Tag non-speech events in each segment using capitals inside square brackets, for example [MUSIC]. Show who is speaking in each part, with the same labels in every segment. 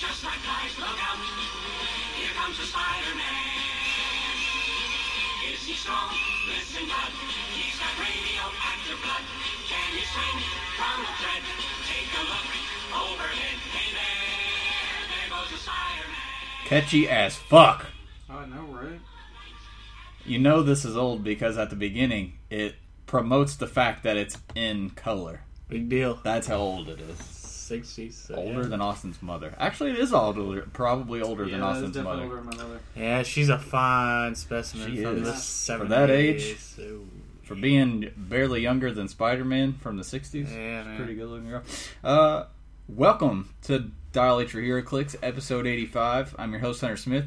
Speaker 1: guys, look out! Here comes the Spider-Man. Is he strong? Listen, bud. He's got radioactive blood. Can he swing from a thread? Take a look overhead. Hey there, there goes the Spider-Man.
Speaker 2: Catchy as fuck.
Speaker 3: I know, right?
Speaker 2: You know this is old because at the beginning it promotes the fact that it's in color.
Speaker 4: Big deal.
Speaker 2: That's how old it is.
Speaker 4: 60s. So
Speaker 2: Older
Speaker 4: yeah.
Speaker 2: than Austin's mother. Actually, it is older, probably older
Speaker 3: Yeah,
Speaker 2: than
Speaker 3: that is
Speaker 2: Austin's
Speaker 3: definitely
Speaker 2: mother.
Speaker 3: older than my mother.
Speaker 4: Yeah, she's a fine specimen
Speaker 2: She
Speaker 4: from
Speaker 2: is.
Speaker 4: the
Speaker 2: For
Speaker 4: 70s.
Speaker 2: that age.
Speaker 4: so-
Speaker 2: For being barely younger than Spider-Man from the '60s,
Speaker 4: Yeah,
Speaker 2: She's a
Speaker 4: man.
Speaker 2: pretty good looking girl. Uh, welcome to Dilate Your Hero Clicks, episode 85. I'm your host Hunter Smith.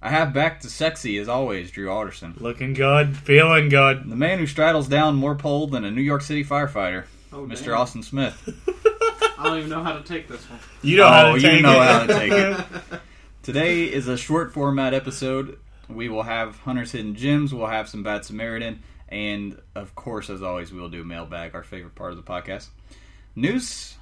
Speaker 2: I have back to sexy as always, Drew Alderson,
Speaker 4: Looking good, feeling good.
Speaker 2: the man who straddles down more pole than a New York City firefighter,
Speaker 3: Oh,
Speaker 2: Mr.
Speaker 3: damn.
Speaker 2: Austin Smith.
Speaker 3: I don't even know how to take this
Speaker 2: [LAUGHS]
Speaker 3: one.
Speaker 4: You know how
Speaker 2: Oh,
Speaker 4: to
Speaker 2: you
Speaker 4: take
Speaker 2: know
Speaker 4: it.
Speaker 2: how to take it.
Speaker 4: [LAUGHS]
Speaker 2: Today is a short format episode. We will have Hunter's Hidden Gems, we'll have some Bad Samaritan, and of course, as always, we'll do Mailbag, our favorite part of the podcast. News,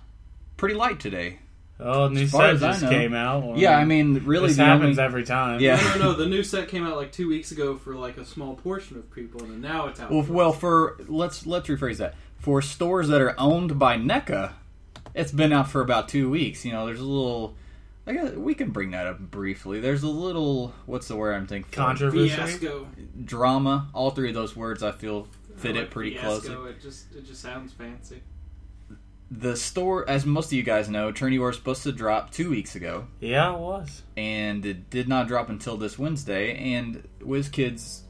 Speaker 2: pretty light today.
Speaker 4: [LAUGHS] Oh, new
Speaker 2: As far
Speaker 4: set
Speaker 2: as I
Speaker 4: just
Speaker 2: know.
Speaker 4: came out. Well,
Speaker 2: Yeah, I mean, really,
Speaker 4: this
Speaker 2: the
Speaker 4: happens
Speaker 2: only-
Speaker 4: every time.
Speaker 2: Yeah.
Speaker 3: No, no, no. The new set came out like two weeks ago for like a small portion of people, and then now it's out.
Speaker 2: well,
Speaker 3: for-
Speaker 2: well, for let's let's rephrase that. For stores that are owned by NECA, it's been out for about two weeks. You know, there's a little. I guess we can bring that up briefly. There's a little. What's the word I'm thinking? for?
Speaker 4: Controversy.
Speaker 3: fiasco.
Speaker 2: drama. All three of those words I feel fit
Speaker 3: I
Speaker 2: it
Speaker 3: like
Speaker 2: pretty
Speaker 3: fiasco.
Speaker 2: closely.
Speaker 3: It just it just sounds fancy.
Speaker 2: The store, as most of you guys know, Turn You Are supposed to drop two weeks ago,
Speaker 4: Yeah, it was.
Speaker 2: and it did not drop until this Wednesday. And WizKids'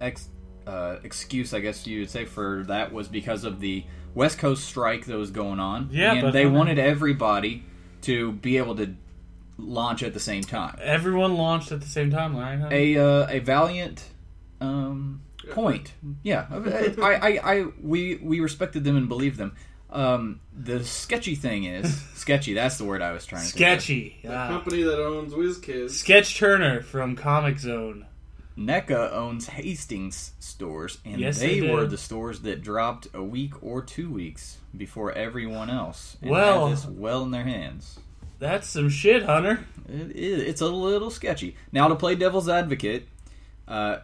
Speaker 2: ex, uh, excuse, I guess you would say, for that was because of the West Coast strike that was going on.
Speaker 4: Yeah,
Speaker 2: and
Speaker 4: but-
Speaker 2: they wanted everybody to be able to launch at the same time.
Speaker 4: Everyone launched at the same time, right? huh?
Speaker 2: a uh, a valiant um, point.
Speaker 4: [LAUGHS]
Speaker 2: Yeah, I, I, I we we respected them and believed them. Um, the sketchy thing
Speaker 4: [LAUGHS]
Speaker 2: is sketchy. That's the word I was trying to think of.
Speaker 4: Sketchy.
Speaker 2: Uh,
Speaker 3: The
Speaker 4: Yeah.
Speaker 3: company that owns WizKids.
Speaker 4: Sketch Turner from Comic Zone.
Speaker 2: NECA owns Hastings stores, and
Speaker 4: Yes,
Speaker 2: they,
Speaker 4: they do.
Speaker 2: were the stores that dropped a week or two weeks before everyone else. And
Speaker 4: Well-
Speaker 2: had this well in their hands.
Speaker 4: That's some shit, Hunter.
Speaker 2: It, it, it's a little sketchy. Now, to play devil's advocate, uh,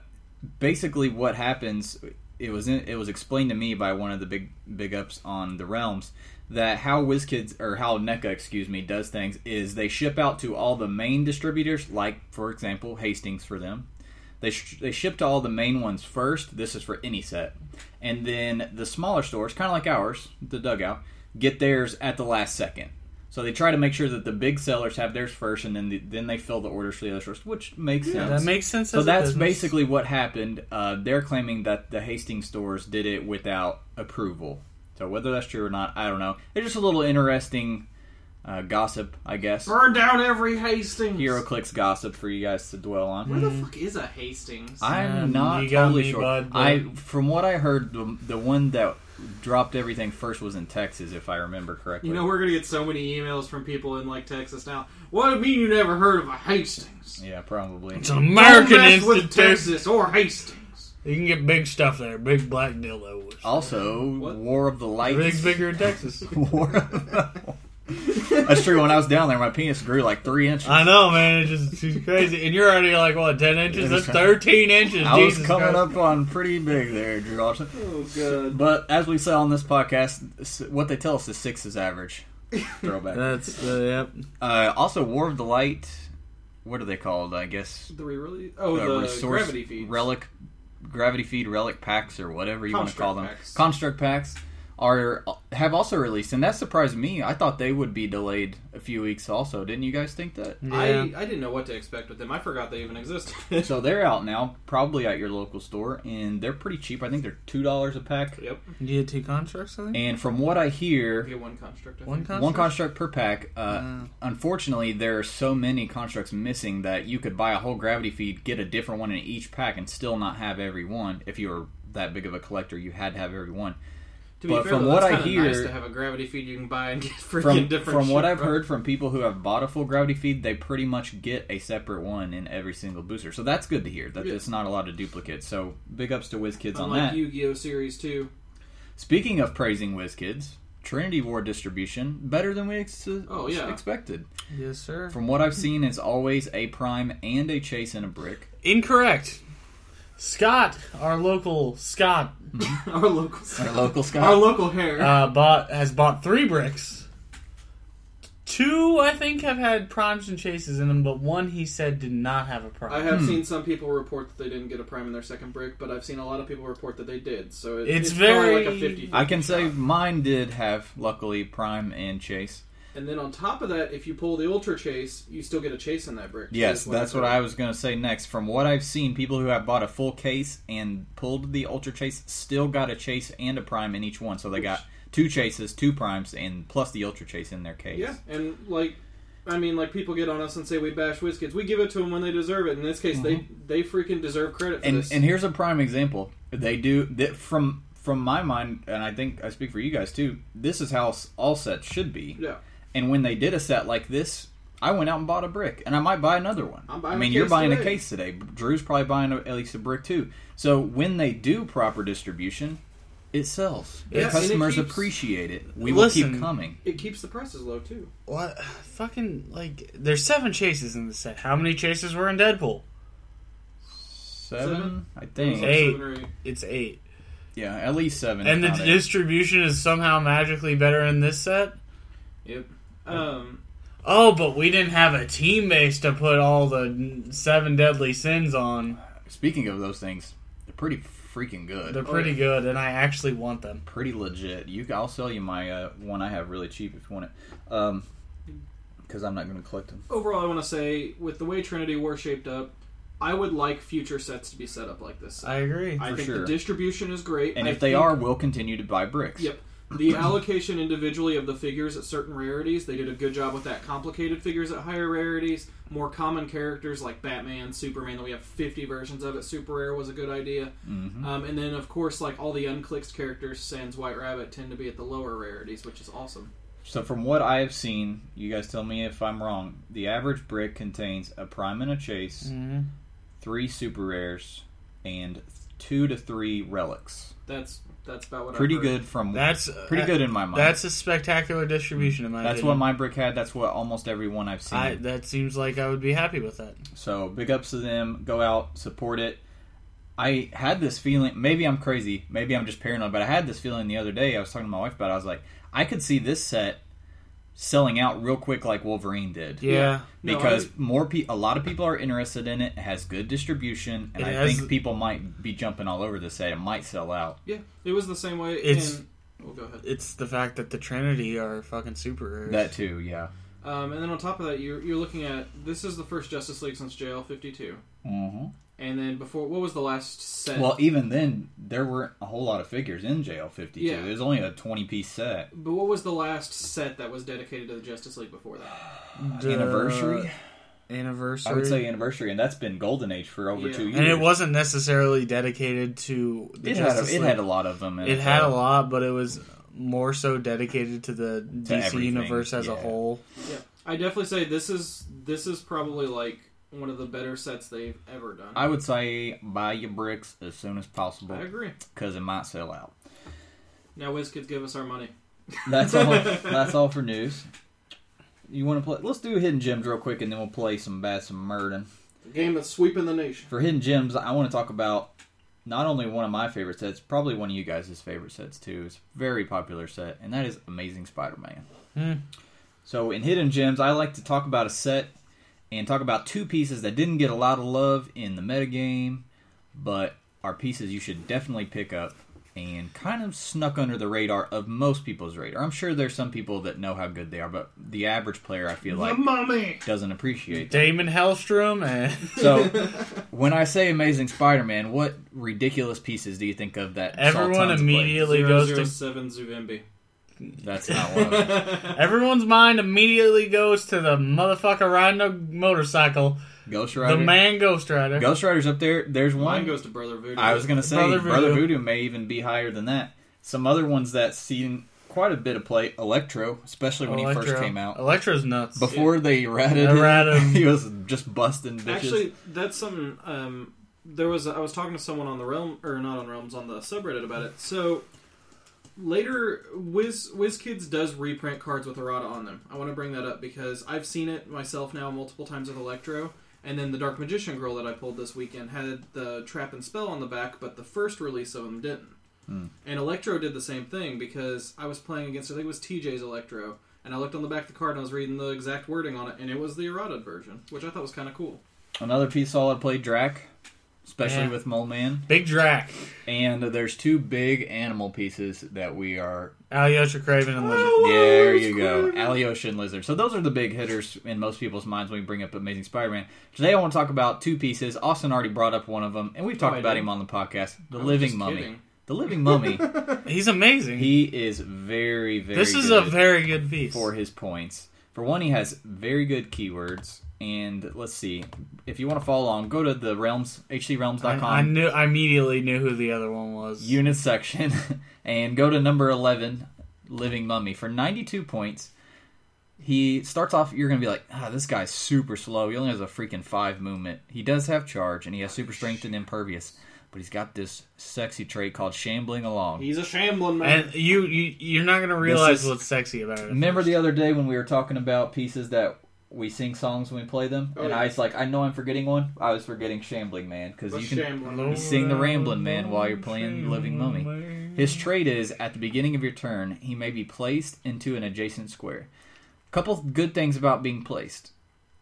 Speaker 2: basically what happens, it was in, it was explained to me by one of the big big ups on the realms that how WizKids or how NECA, excuse me, does things is they ship out to all the main distributors, like for example Hastings for them. They sh- they ship to all the main ones first. This is for any set, and then the smaller stores, kind of like ours, the dugout, get theirs at the last second. So they try to make sure that the big sellers have theirs first, and then the, then they fill the orders for the other stores, which makes sense.
Speaker 4: That makes sense.
Speaker 2: So
Speaker 4: as a
Speaker 2: that's
Speaker 4: business.
Speaker 2: basically what happened. Uh, they're claiming that the Hastings stores did it without approval. So whether that's true or not, I don't know. It's just a little interesting uh, gossip, I guess.
Speaker 3: Burn down every Hastings.
Speaker 2: HeroClix gossip for you guys to dwell
Speaker 3: Where
Speaker 2: on.
Speaker 3: the fuck is a Hastings?
Speaker 4: Man,
Speaker 2: I'm not
Speaker 4: you got
Speaker 2: totally
Speaker 4: me,
Speaker 2: sure.
Speaker 4: bud, but-
Speaker 2: I from what I heard, the, the one that dropped everything first was in Texas, if I remember correctly.
Speaker 3: you know we're gonna get so many emails from people in like Texas now. What do you mean you never heard of a Hastings?
Speaker 2: yeah, probably.
Speaker 4: It's an American
Speaker 3: Don't mess
Speaker 4: institute.
Speaker 3: with Texas or Hastings.
Speaker 4: You can get big stuff there. Big black dildos.
Speaker 2: Also,
Speaker 3: What?
Speaker 2: War of the Lights.
Speaker 4: Everything's bigger in Texas.
Speaker 2: [LAUGHS] War of the- [LAUGHS] That's true. When I was down there, my penis grew like three inches.
Speaker 4: I know, man. It's just it's crazy. And you're already like, what, 10 inches? That's 13 inches.
Speaker 2: I was
Speaker 4: Jesus
Speaker 2: coming
Speaker 4: Christ.
Speaker 2: up on pretty big there, Drew Austin.
Speaker 3: Oh god.
Speaker 2: But as we saw on this podcast, s- what they tell us is six is
Speaker 3: [LAUGHS]
Speaker 2: average. Throwback.
Speaker 4: That's, uh, yep.
Speaker 2: uh, also, War of the Light. What are they called? I guess
Speaker 3: The re-release. Oh,
Speaker 2: uh,
Speaker 3: the
Speaker 2: resource-
Speaker 3: gravity feeds.
Speaker 2: relic, gravity feed relic packs or whatever you want to
Speaker 3: Construct
Speaker 2: call them.
Speaker 3: packs.
Speaker 2: Construct packs are have also released, and that surprised me. I thought they would be delayed a few weeks. Also, didn't you guys think that?
Speaker 4: Yeah.
Speaker 3: I, I didn't know what to expect with them. I forgot they
Speaker 2: [LAUGHS]
Speaker 3: even existed.
Speaker 2: So they're out now, probably at your local store, and they're pretty cheap. I think they're two dollars a pack.
Speaker 3: yep.
Speaker 4: You get two constructs, I think?
Speaker 2: And from what I hear,
Speaker 3: Get one construct. I
Speaker 4: One
Speaker 3: think.
Speaker 4: construct?
Speaker 2: one construct per pack. Uh,
Speaker 4: Mm.
Speaker 2: Unfortunately, there are so many constructs missing that you could buy a whole gravity feed, get a different one in each pack, and still not have every one. If you were that big of a collector, you had to have every one.
Speaker 3: To be
Speaker 2: But
Speaker 3: fair,
Speaker 2: from
Speaker 3: though,
Speaker 2: what
Speaker 3: that's
Speaker 2: I
Speaker 3: kinda
Speaker 2: hear-
Speaker 3: nice to have a gravity feed you can buy and get freaking
Speaker 2: From
Speaker 3: different.
Speaker 2: from what
Speaker 3: shit
Speaker 2: I've
Speaker 3: from.
Speaker 2: heard from people who have bought a full gravity feed, they pretty much get a separate one in every single booster. So that's good to hear that
Speaker 3: Yeah.
Speaker 2: it's not a lot of duplicates. So big ups to WizKids on
Speaker 3: unlike
Speaker 2: that.
Speaker 3: Yu-Gi-Oh series two.
Speaker 2: Speaking of praising WizKids, Trinity War distribution better than we ex-
Speaker 3: Oh, yeah.
Speaker 2: expected.
Speaker 4: Yes, sir.
Speaker 2: From what I've seen, it's always a prime and a chase and a brick.
Speaker 4: Incorrect. Scott, our local Scott,
Speaker 3: [LAUGHS] Our local,
Speaker 2: Our local Scott.
Speaker 3: our local hair.
Speaker 4: uh, bought has bought three bricks. Two, I think, have had primes and chases in them, but one he said did not have a prime.
Speaker 3: I have
Speaker 2: hmm.
Speaker 3: seen some people report that they didn't get a prime in their second break, but I've seen a lot of people report that they did. So it-
Speaker 4: It's
Speaker 3: it's, probably
Speaker 4: very-
Speaker 3: like a 50
Speaker 2: I can say mine did have luckily prime and chase.
Speaker 3: And then on top of that, if you pull the ultra chase, you still get a chase in that brick.
Speaker 2: Yes, that's what I
Speaker 3: heard.
Speaker 2: was going to say next. From what I've seen, people who have bought a full case and pulled the ultra chase still got a chase and a prime in each one. So they got two chases, two primes, and plus the ultra chase in their case.
Speaker 3: Yeah, and like, I mean, like people get on us and say we bash WizKids. We give it to them when they deserve it. In this case, they they freaking deserve credit for
Speaker 2: Mm-hmm. and
Speaker 3: this.
Speaker 2: and here's a prime example. They do that from from my mind, and I think I speak for you guys too. This is how s- all sets should be.
Speaker 3: yeah,
Speaker 2: And when they did a set like this, I went out and bought a brick, and I might buy another one.
Speaker 3: I'm buying
Speaker 2: I
Speaker 3: a
Speaker 2: mean, you're
Speaker 3: case
Speaker 2: buying a
Speaker 3: today.
Speaker 2: case today. Drew's probably buying a, at least a brick too. So when they do proper distribution, it sells. The
Speaker 4: Yes, and it
Speaker 2: customers
Speaker 3: keeps-
Speaker 2: appreciate it. We will
Speaker 4: Listen.
Speaker 2: keep coming.
Speaker 3: it keeps the prices low too.
Speaker 4: What? Fucking, like, there's seven chases in the set. How many chases were in Deadpool?
Speaker 2: Seven,
Speaker 3: Seven?
Speaker 2: I
Speaker 3: It was
Speaker 2: think.
Speaker 3: like
Speaker 4: Eight.
Speaker 3: seven or eight.
Speaker 4: It's eight.
Speaker 2: Yeah, at least seven.
Speaker 4: And the
Speaker 2: if not eight.
Speaker 4: distribution is somehow magically better in this set?
Speaker 3: Yep. Um.
Speaker 4: Oh, but we didn't have a team base to put all the seven deadly sins on.
Speaker 2: Speaking of those things, they're pretty freaking good.
Speaker 4: They're pretty
Speaker 3: yeah.
Speaker 4: good, and I actually want them.
Speaker 2: pretty legit. You, I'll sell you my uh, one I have really cheap if you want it, Um because I'm not going to collect them.
Speaker 3: Overall, I want to say with the way Trinity War shaped up, I would like future sets to be set up like this.
Speaker 4: I agree.
Speaker 3: I
Speaker 2: for
Speaker 3: think
Speaker 2: sure.
Speaker 3: the distribution is great,
Speaker 2: And
Speaker 3: I
Speaker 2: if they
Speaker 3: think-
Speaker 2: are, we'll continue to buy bricks.
Speaker 3: Yep. The allocation individually of the figures at certain rarities, they did a good job with that. Complicated figures at higher rarities, more common characters like Batman, Superman, that we have 50 versions of at Super Rare was a good idea.
Speaker 2: Mm-hmm.
Speaker 3: Um, and then, of course, like all the unclicked characters, Sans White Rabbit, tend to be at the lower rarities, which is awesome.
Speaker 2: So from what I have seen, you guys tell me if I'm wrong. The average brick contains a prime and a chase,
Speaker 4: Mhm.
Speaker 2: three super rares, and two to three relics.
Speaker 3: That's that's about what
Speaker 2: Pretty
Speaker 3: I've heard.
Speaker 2: good from
Speaker 4: That's uh,
Speaker 2: pretty good in my mind.
Speaker 4: That's a spectacular distribution in my
Speaker 2: that's what
Speaker 4: opinion.
Speaker 2: my brick had. That's what almost everyone I've seen.
Speaker 4: I, that seems like I would be happy with that.
Speaker 2: So big ups to them. Go out, support it. I had this feeling. Maybe I'm crazy. Maybe I'm just paranoid. But I had this feeling the other day. I was talking to my wife about. it. I was like, I could see this set selling out real quick, like Wolverine did.
Speaker 4: Yeah.
Speaker 3: No,
Speaker 2: Because more pe- a lot of people are interested in it. It has good distribution, and
Speaker 4: It
Speaker 2: I
Speaker 4: has-
Speaker 2: think people might be jumping all over this set. It might sell out.
Speaker 3: I- yeah, it was the same way.
Speaker 4: It's-
Speaker 3: in, oh, go ahead.
Speaker 4: It's the fact that the Trinity are fucking super rares.
Speaker 2: That too, yeah.
Speaker 3: Um, and then on top of that, you're, you're looking at this is the first Justice League since JL 52.
Speaker 2: hmm
Speaker 3: And then before, what was the last set?
Speaker 2: Well, even then, there weren't a whole lot of figures in JL fifty two.
Speaker 3: Yeah.
Speaker 2: It was only a twenty piece set.
Speaker 3: But what was the last set that was dedicated to the Justice League before that?
Speaker 4: The
Speaker 2: Anniversary.
Speaker 4: Anniversary.
Speaker 2: I would say anniversary, and that's been golden age for over
Speaker 3: Yeah.
Speaker 2: two years.
Speaker 4: and it wasn't necessarily dedicated to the
Speaker 2: It had, a, it
Speaker 4: Justice League.
Speaker 2: had a lot of them. in
Speaker 4: It had a lot, but it was more so dedicated to the DC
Speaker 2: everything,
Speaker 4: universe as a
Speaker 2: yeah.
Speaker 4: whole.
Speaker 3: Yeah, I definitely say this is this is probably like one of the better sets they've ever done.
Speaker 2: I would say buy your bricks as soon as
Speaker 3: I
Speaker 2: possible
Speaker 3: agree.
Speaker 2: because it might sell out.
Speaker 3: Now WizKids give us our money.
Speaker 2: That's all. that's all for news. You want to play? Let's do hidden gems real quick, and then we'll play some bass and murdin.
Speaker 3: A game that's sweeping the nation.
Speaker 2: For hidden gems, I want to talk about not only one of my favorite sets, probably one of you guys' favorite sets too. It's a very popular set, and that is Amazing Spider-Man.
Speaker 4: Hmm.
Speaker 2: So in hidden gems, I like to talk about a set and talk about two pieces that didn't get a lot of love in the metagame, but are pieces you should definitely pick up and kind of snuck under the radar of most people's radar. I'm sure there's some people that know how good they are, but the average player, I feel like,
Speaker 3: mommy.
Speaker 2: doesn't appreciate
Speaker 4: Damon Hellstrom and [LAUGHS]
Speaker 2: so, when I say Amazing Spider-Man, what ridiculous pieces do you think of that? saw
Speaker 4: everyone
Speaker 2: tons of play?
Speaker 4: immediately
Speaker 3: Zero
Speaker 4: goes
Speaker 3: zero
Speaker 4: to
Speaker 3: seven Zuvimbi.
Speaker 2: That's not one
Speaker 4: [LAUGHS]
Speaker 2: of them.
Speaker 4: everyone's mind immediately goes to the motherfucker riding a motorcycle,
Speaker 2: Ghost Rider.
Speaker 4: the man Ghost Rider.
Speaker 2: Ghost Rider's up there. There's one.
Speaker 3: Mine goes to Brother Voodoo.
Speaker 2: I was gonna say
Speaker 4: Brother
Speaker 2: Brother
Speaker 4: Voodoo.
Speaker 2: Voodoo. may even be higher than that. Some other ones that seen quite a bit of play. Electro, especially when he first came out.
Speaker 4: Electro's nuts.
Speaker 2: Before they ratted
Speaker 4: They rat
Speaker 2: [LAUGHS]
Speaker 4: him.
Speaker 2: him, he was just busting bitches.
Speaker 3: Actually, that's something. Um, there was I was talking to someone on the realm or not on realms on the subreddit about it. So later, Wiz WizKids does reprint cards with errata on them. I want to bring that up because I've seen it myself now multiple times with Electro, and then the Dark Magician Girl that I pulled this weekend had the Trap and Spell on the back, but the first release of them didn't. And Electro did the same thing because I was playing against I think it was TJ's Electro, and I looked on the back of the card and I was reading the exact wording on it, and it was the errata version, which I thought was kind of cool.
Speaker 2: Another piece solid play Drac, especially
Speaker 4: Yeah.
Speaker 2: with Mole Man.
Speaker 4: Big Drac,
Speaker 2: And there's two big animal pieces that we are.
Speaker 4: Alyosha Craven, and Lizard.
Speaker 2: There you go, Alyosha and Lizard. So those are the big hitters in most people's minds when we bring up Amazing Spider-Man. Today I want to talk about two pieces. Austin already brought up one of them, and we've talked
Speaker 3: I
Speaker 2: about
Speaker 3: did.
Speaker 2: him on the podcast. The
Speaker 3: was
Speaker 2: Living
Speaker 3: just
Speaker 2: Mummy.
Speaker 3: kidding.
Speaker 2: The Living Mummy.
Speaker 4: He's amazing.
Speaker 2: he is very, very.
Speaker 4: this is
Speaker 2: good.
Speaker 4: a very good piece.
Speaker 2: for his points. For one, he has very good keywords. And let's see. If you want to follow along, go to the realms,
Speaker 4: I, I
Speaker 2: hcrealms.com
Speaker 4: knew. I immediately knew who the other one was.
Speaker 2: unit section [LAUGHS] and go to number 11, Living Mummy. For 92 points, he starts off, you're going to be like, ah, this guy's super slow. He only has a freaking five movement. He does have charge, and he has super strength and impervious. But he's got this sexy trait called shambling along.
Speaker 3: He's a shambling man.
Speaker 4: and you, you you're not gonna realize
Speaker 2: is-
Speaker 4: what's sexy about it.
Speaker 2: Remember the other day when we were talking about pieces that we sing songs when we play them,
Speaker 3: Oh,
Speaker 2: and
Speaker 3: yeah.
Speaker 2: I was like, I know I'm forgetting one. I was forgetting Shambling Man because
Speaker 3: A
Speaker 2: you can.
Speaker 3: shambling
Speaker 4: Hello?
Speaker 3: man.
Speaker 2: You sing the Ramblin' Man while you're playing Living Mummy. His trait is at the beginning of your turn, he may be placed into an adjacent square. Couple good things about being placed.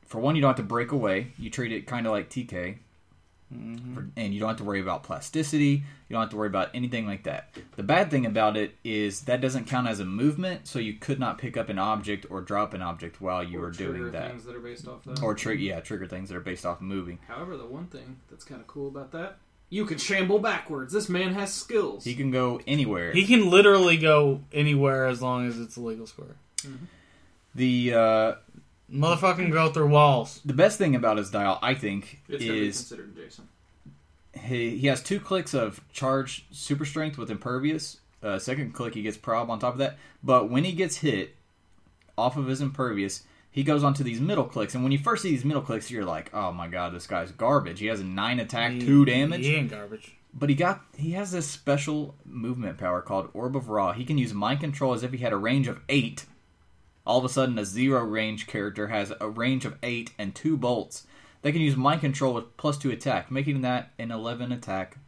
Speaker 2: For one, you don't have to break away. You treat it kind of like TK,
Speaker 3: Mm-hmm.
Speaker 2: For- and you don't have to worry about plasticity. You don't have to worry about anything like that. The bad thing about it is that doesn't count as a movement, so you could not pick up an object or drop an object while you
Speaker 3: Or
Speaker 2: were doing
Speaker 3: trigger
Speaker 2: that,
Speaker 3: Things that are based off that.
Speaker 2: or trigger yeah trigger things that are based off moving.
Speaker 3: However, the one thing that's kind of cool about that, you can shamble backwards. This man has skills.
Speaker 2: He can go anywhere.
Speaker 4: He can literally go anywhere as long as it's a legal square.
Speaker 2: the uh,
Speaker 4: Motherfucking go through walls.
Speaker 2: the best thing about his dial, I think,
Speaker 3: it's gonna be
Speaker 2: is
Speaker 3: considered adjacent.
Speaker 2: he, he has two clicks of charge super strength with impervious. Uh, second click, he gets prob on top of that. But when he gets hit off of his impervious, he goes onto these middle clicks. And when you first see these middle clicks, you're like, "Oh my god, this guy's garbage." He has a nine attack, two damage.
Speaker 4: He ain't garbage.
Speaker 2: But he got he has this special movement power called Orb of Raw. He can use mind control as if he had a range of eight. All of a sudden, a zero range character has a range of eight and two bolts. They can use mind control with plus two attack, making that an eleven attack,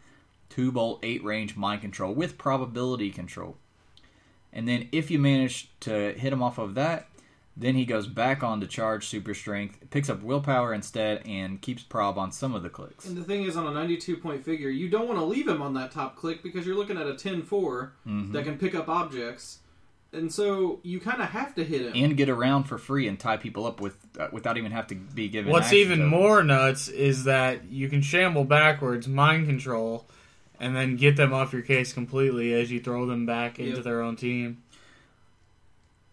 Speaker 2: two bolt, eight range mind control with probability control. And then if you manage to hit him off of that, then he goes back on to charge super strength, picks up willpower instead, and keeps prob on some of the clicks.
Speaker 3: And the thing is, on a 92 point figure, you don't want to leave him on that top click because you're looking at a 10 4
Speaker 2: Mm-hmm.
Speaker 3: that can pick up objects. And so you kind of have to hit him.
Speaker 2: and get around for free and tie people up with uh, without even have to be given.
Speaker 4: What's
Speaker 2: action
Speaker 4: even
Speaker 2: tokens.
Speaker 4: more nuts is that you can shamble backwards, mind control, and then get them off your case completely as you throw them back into
Speaker 3: Yep.
Speaker 4: their own team,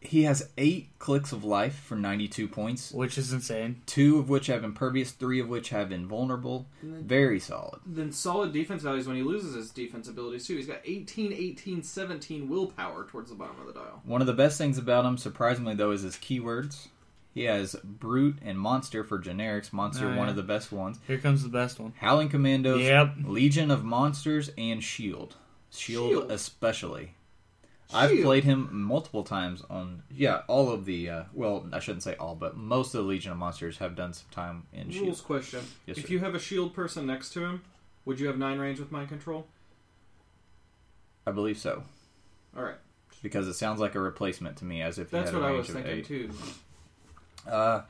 Speaker 2: He has eight clicks of life for ninety-two points,
Speaker 4: which is insane.
Speaker 2: two of which have impervious, three of which have invulnerable. Very solid.
Speaker 3: then solid defense values when he loses his defense abilities, too. He's got 18, 18, 17 willpower towards the bottom of the dial.
Speaker 2: One of the best things about him, surprisingly though, is his keywords. He has brute and monster for generics. Monster,
Speaker 4: Oh,
Speaker 2: one
Speaker 4: yeah.
Speaker 2: of the best ones.
Speaker 4: Here comes the best one.
Speaker 2: Howling Commandos,
Speaker 4: Yep.
Speaker 2: Legion of Monsters, and Shield. Shield,
Speaker 3: Shield.
Speaker 2: E especially. I've
Speaker 3: Shield.
Speaker 2: played him multiple times on yeah, all of the uh, well, I shouldn't say all, but most of the Legion of Monsters have done some time in Shield.
Speaker 3: Rules question.
Speaker 2: Yes,
Speaker 3: if
Speaker 2: sir.
Speaker 3: you have a shield person next to him, would you have 9 range with mind control?
Speaker 2: I believe so
Speaker 3: Alright.
Speaker 2: because it sounds like a replacement to me, as if he
Speaker 3: That's
Speaker 2: had a
Speaker 3: what I was
Speaker 2: range of
Speaker 3: thinking,
Speaker 2: eight.
Speaker 3: too.
Speaker 2: Uh,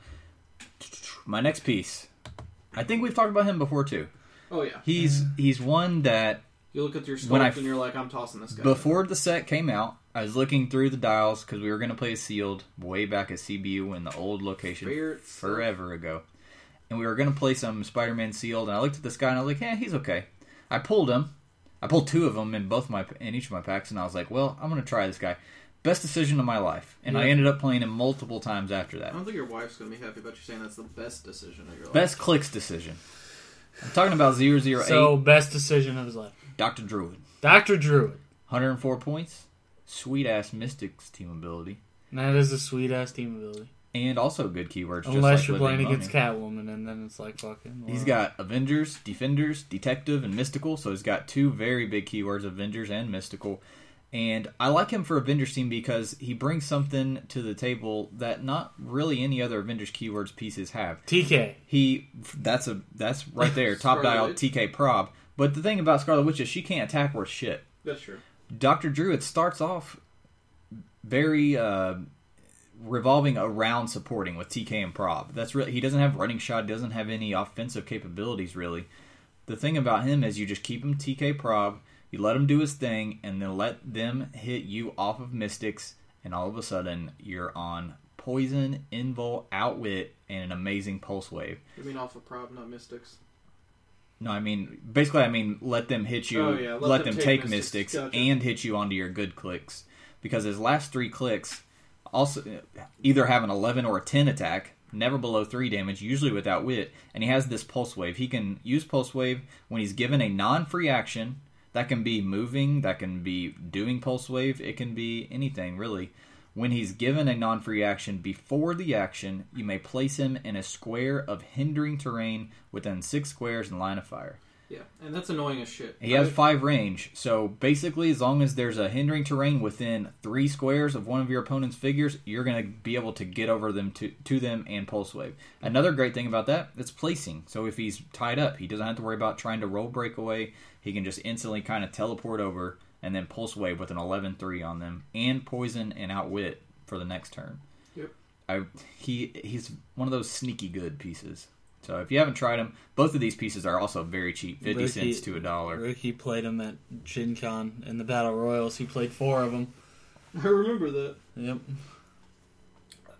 Speaker 2: my next piece, I think we've talked about him before too.
Speaker 3: Oh, yeah.
Speaker 2: He's he's one that
Speaker 3: You look at your sculpt
Speaker 2: When I f-
Speaker 3: and you're like, I'm tossing this guy.
Speaker 2: Before the set came out, I was looking through the dials because we were going to play a sealed way back at CBU in the old location
Speaker 3: Spirit stuff.
Speaker 2: forever ago. And we were going to play some Spider Man sealed, and I looked at this guy and I was like, yeah, he's okay. I pulled him. I pulled two of them in both my in each of my packs, and I was like, well, I'm going to try this guy. Best decision of my life. And I
Speaker 4: Yeah.
Speaker 2: ended up playing him multiple times after that.
Speaker 3: I don't think your wife's going to be happy about you saying that's the best decision of your life.
Speaker 2: Best clicks decision. I'm talking about 008
Speaker 4: So, best decision of his life.
Speaker 2: Dr. Druid.
Speaker 4: Dr. Druid.
Speaker 2: 104 points. Sweet ass Mystics team ability.
Speaker 4: That is a sweet ass team ability.
Speaker 2: and also good keywords. just
Speaker 4: Unless
Speaker 2: like
Speaker 4: you're
Speaker 2: Living
Speaker 4: playing against
Speaker 2: Mummy.
Speaker 4: Catwoman, and then it's like fucking.
Speaker 2: He's
Speaker 4: wow.
Speaker 2: got Avengers, Defenders, Detective, and Mystical. So he's got two very big keywords: Avengers and Mystical. And I like him for Avengers team because he brings something to the table that not really any other Avengers keywords pieces have.
Speaker 4: TK.
Speaker 2: He that's a that's right
Speaker 3: [LAUGHS]
Speaker 2: there top
Speaker 3: Scarlet
Speaker 2: dial
Speaker 3: Witch.
Speaker 2: TK prob. But the thing about Scarlet Witch is she can't attack worth shit.
Speaker 3: That's true.
Speaker 2: Doctor Drew it starts off very uh, revolving around supporting with TK and Prob. That's really he doesn't have running shot, doesn't have any offensive capabilities really. The thing about him is you just keep him TK Prob, you let him do his thing, and then let them hit you off of Mystics, and all of a sudden you're on Poison, Invol, Outwit, and an amazing Pulse Wave.
Speaker 3: I mean, off of Prob, not Mystics.
Speaker 2: No, I mean basically, I mean let them hit you,
Speaker 3: Oh, yeah,
Speaker 2: let, them, take mystics,
Speaker 3: Gotcha.
Speaker 2: and hit you onto your good clicks because his last three clicks also either have an eleven or a ten attack, never below three damage, usually without wit, and he has this pulse wave. He can use pulse wave when he's given a non-free action that can be moving, that can be doing pulse wave, it can be anything really. When he's given a non free action before the action, you may place him in a square of hindering terrain within six squares in line of fire.
Speaker 3: Yeah, and that's annoying as shit.
Speaker 2: He has five range, so basically, as long as there's a hindering terrain within three squares of one of your opponent's figures, you're going to be able to get over them to, to them and pulse wave. Another great thing about that, it's placing. So if he's tied up, he doesn't have to worry about trying to roll breakaway. He can just instantly kind of teleport over and then pulse wave with an 11 3 on them and poison and outwit for the next turn.
Speaker 3: Yep. [LAUGHS]
Speaker 2: I he he's one of those sneaky good pieces. So if you haven't tried them, both of these pieces are also very cheap, 50
Speaker 4: Look,
Speaker 2: cents
Speaker 4: he-
Speaker 2: to a dollar.
Speaker 4: Ricky played him at Gen Con in the Battle Royals. He played four of them.
Speaker 3: I remember that.
Speaker 4: Yep.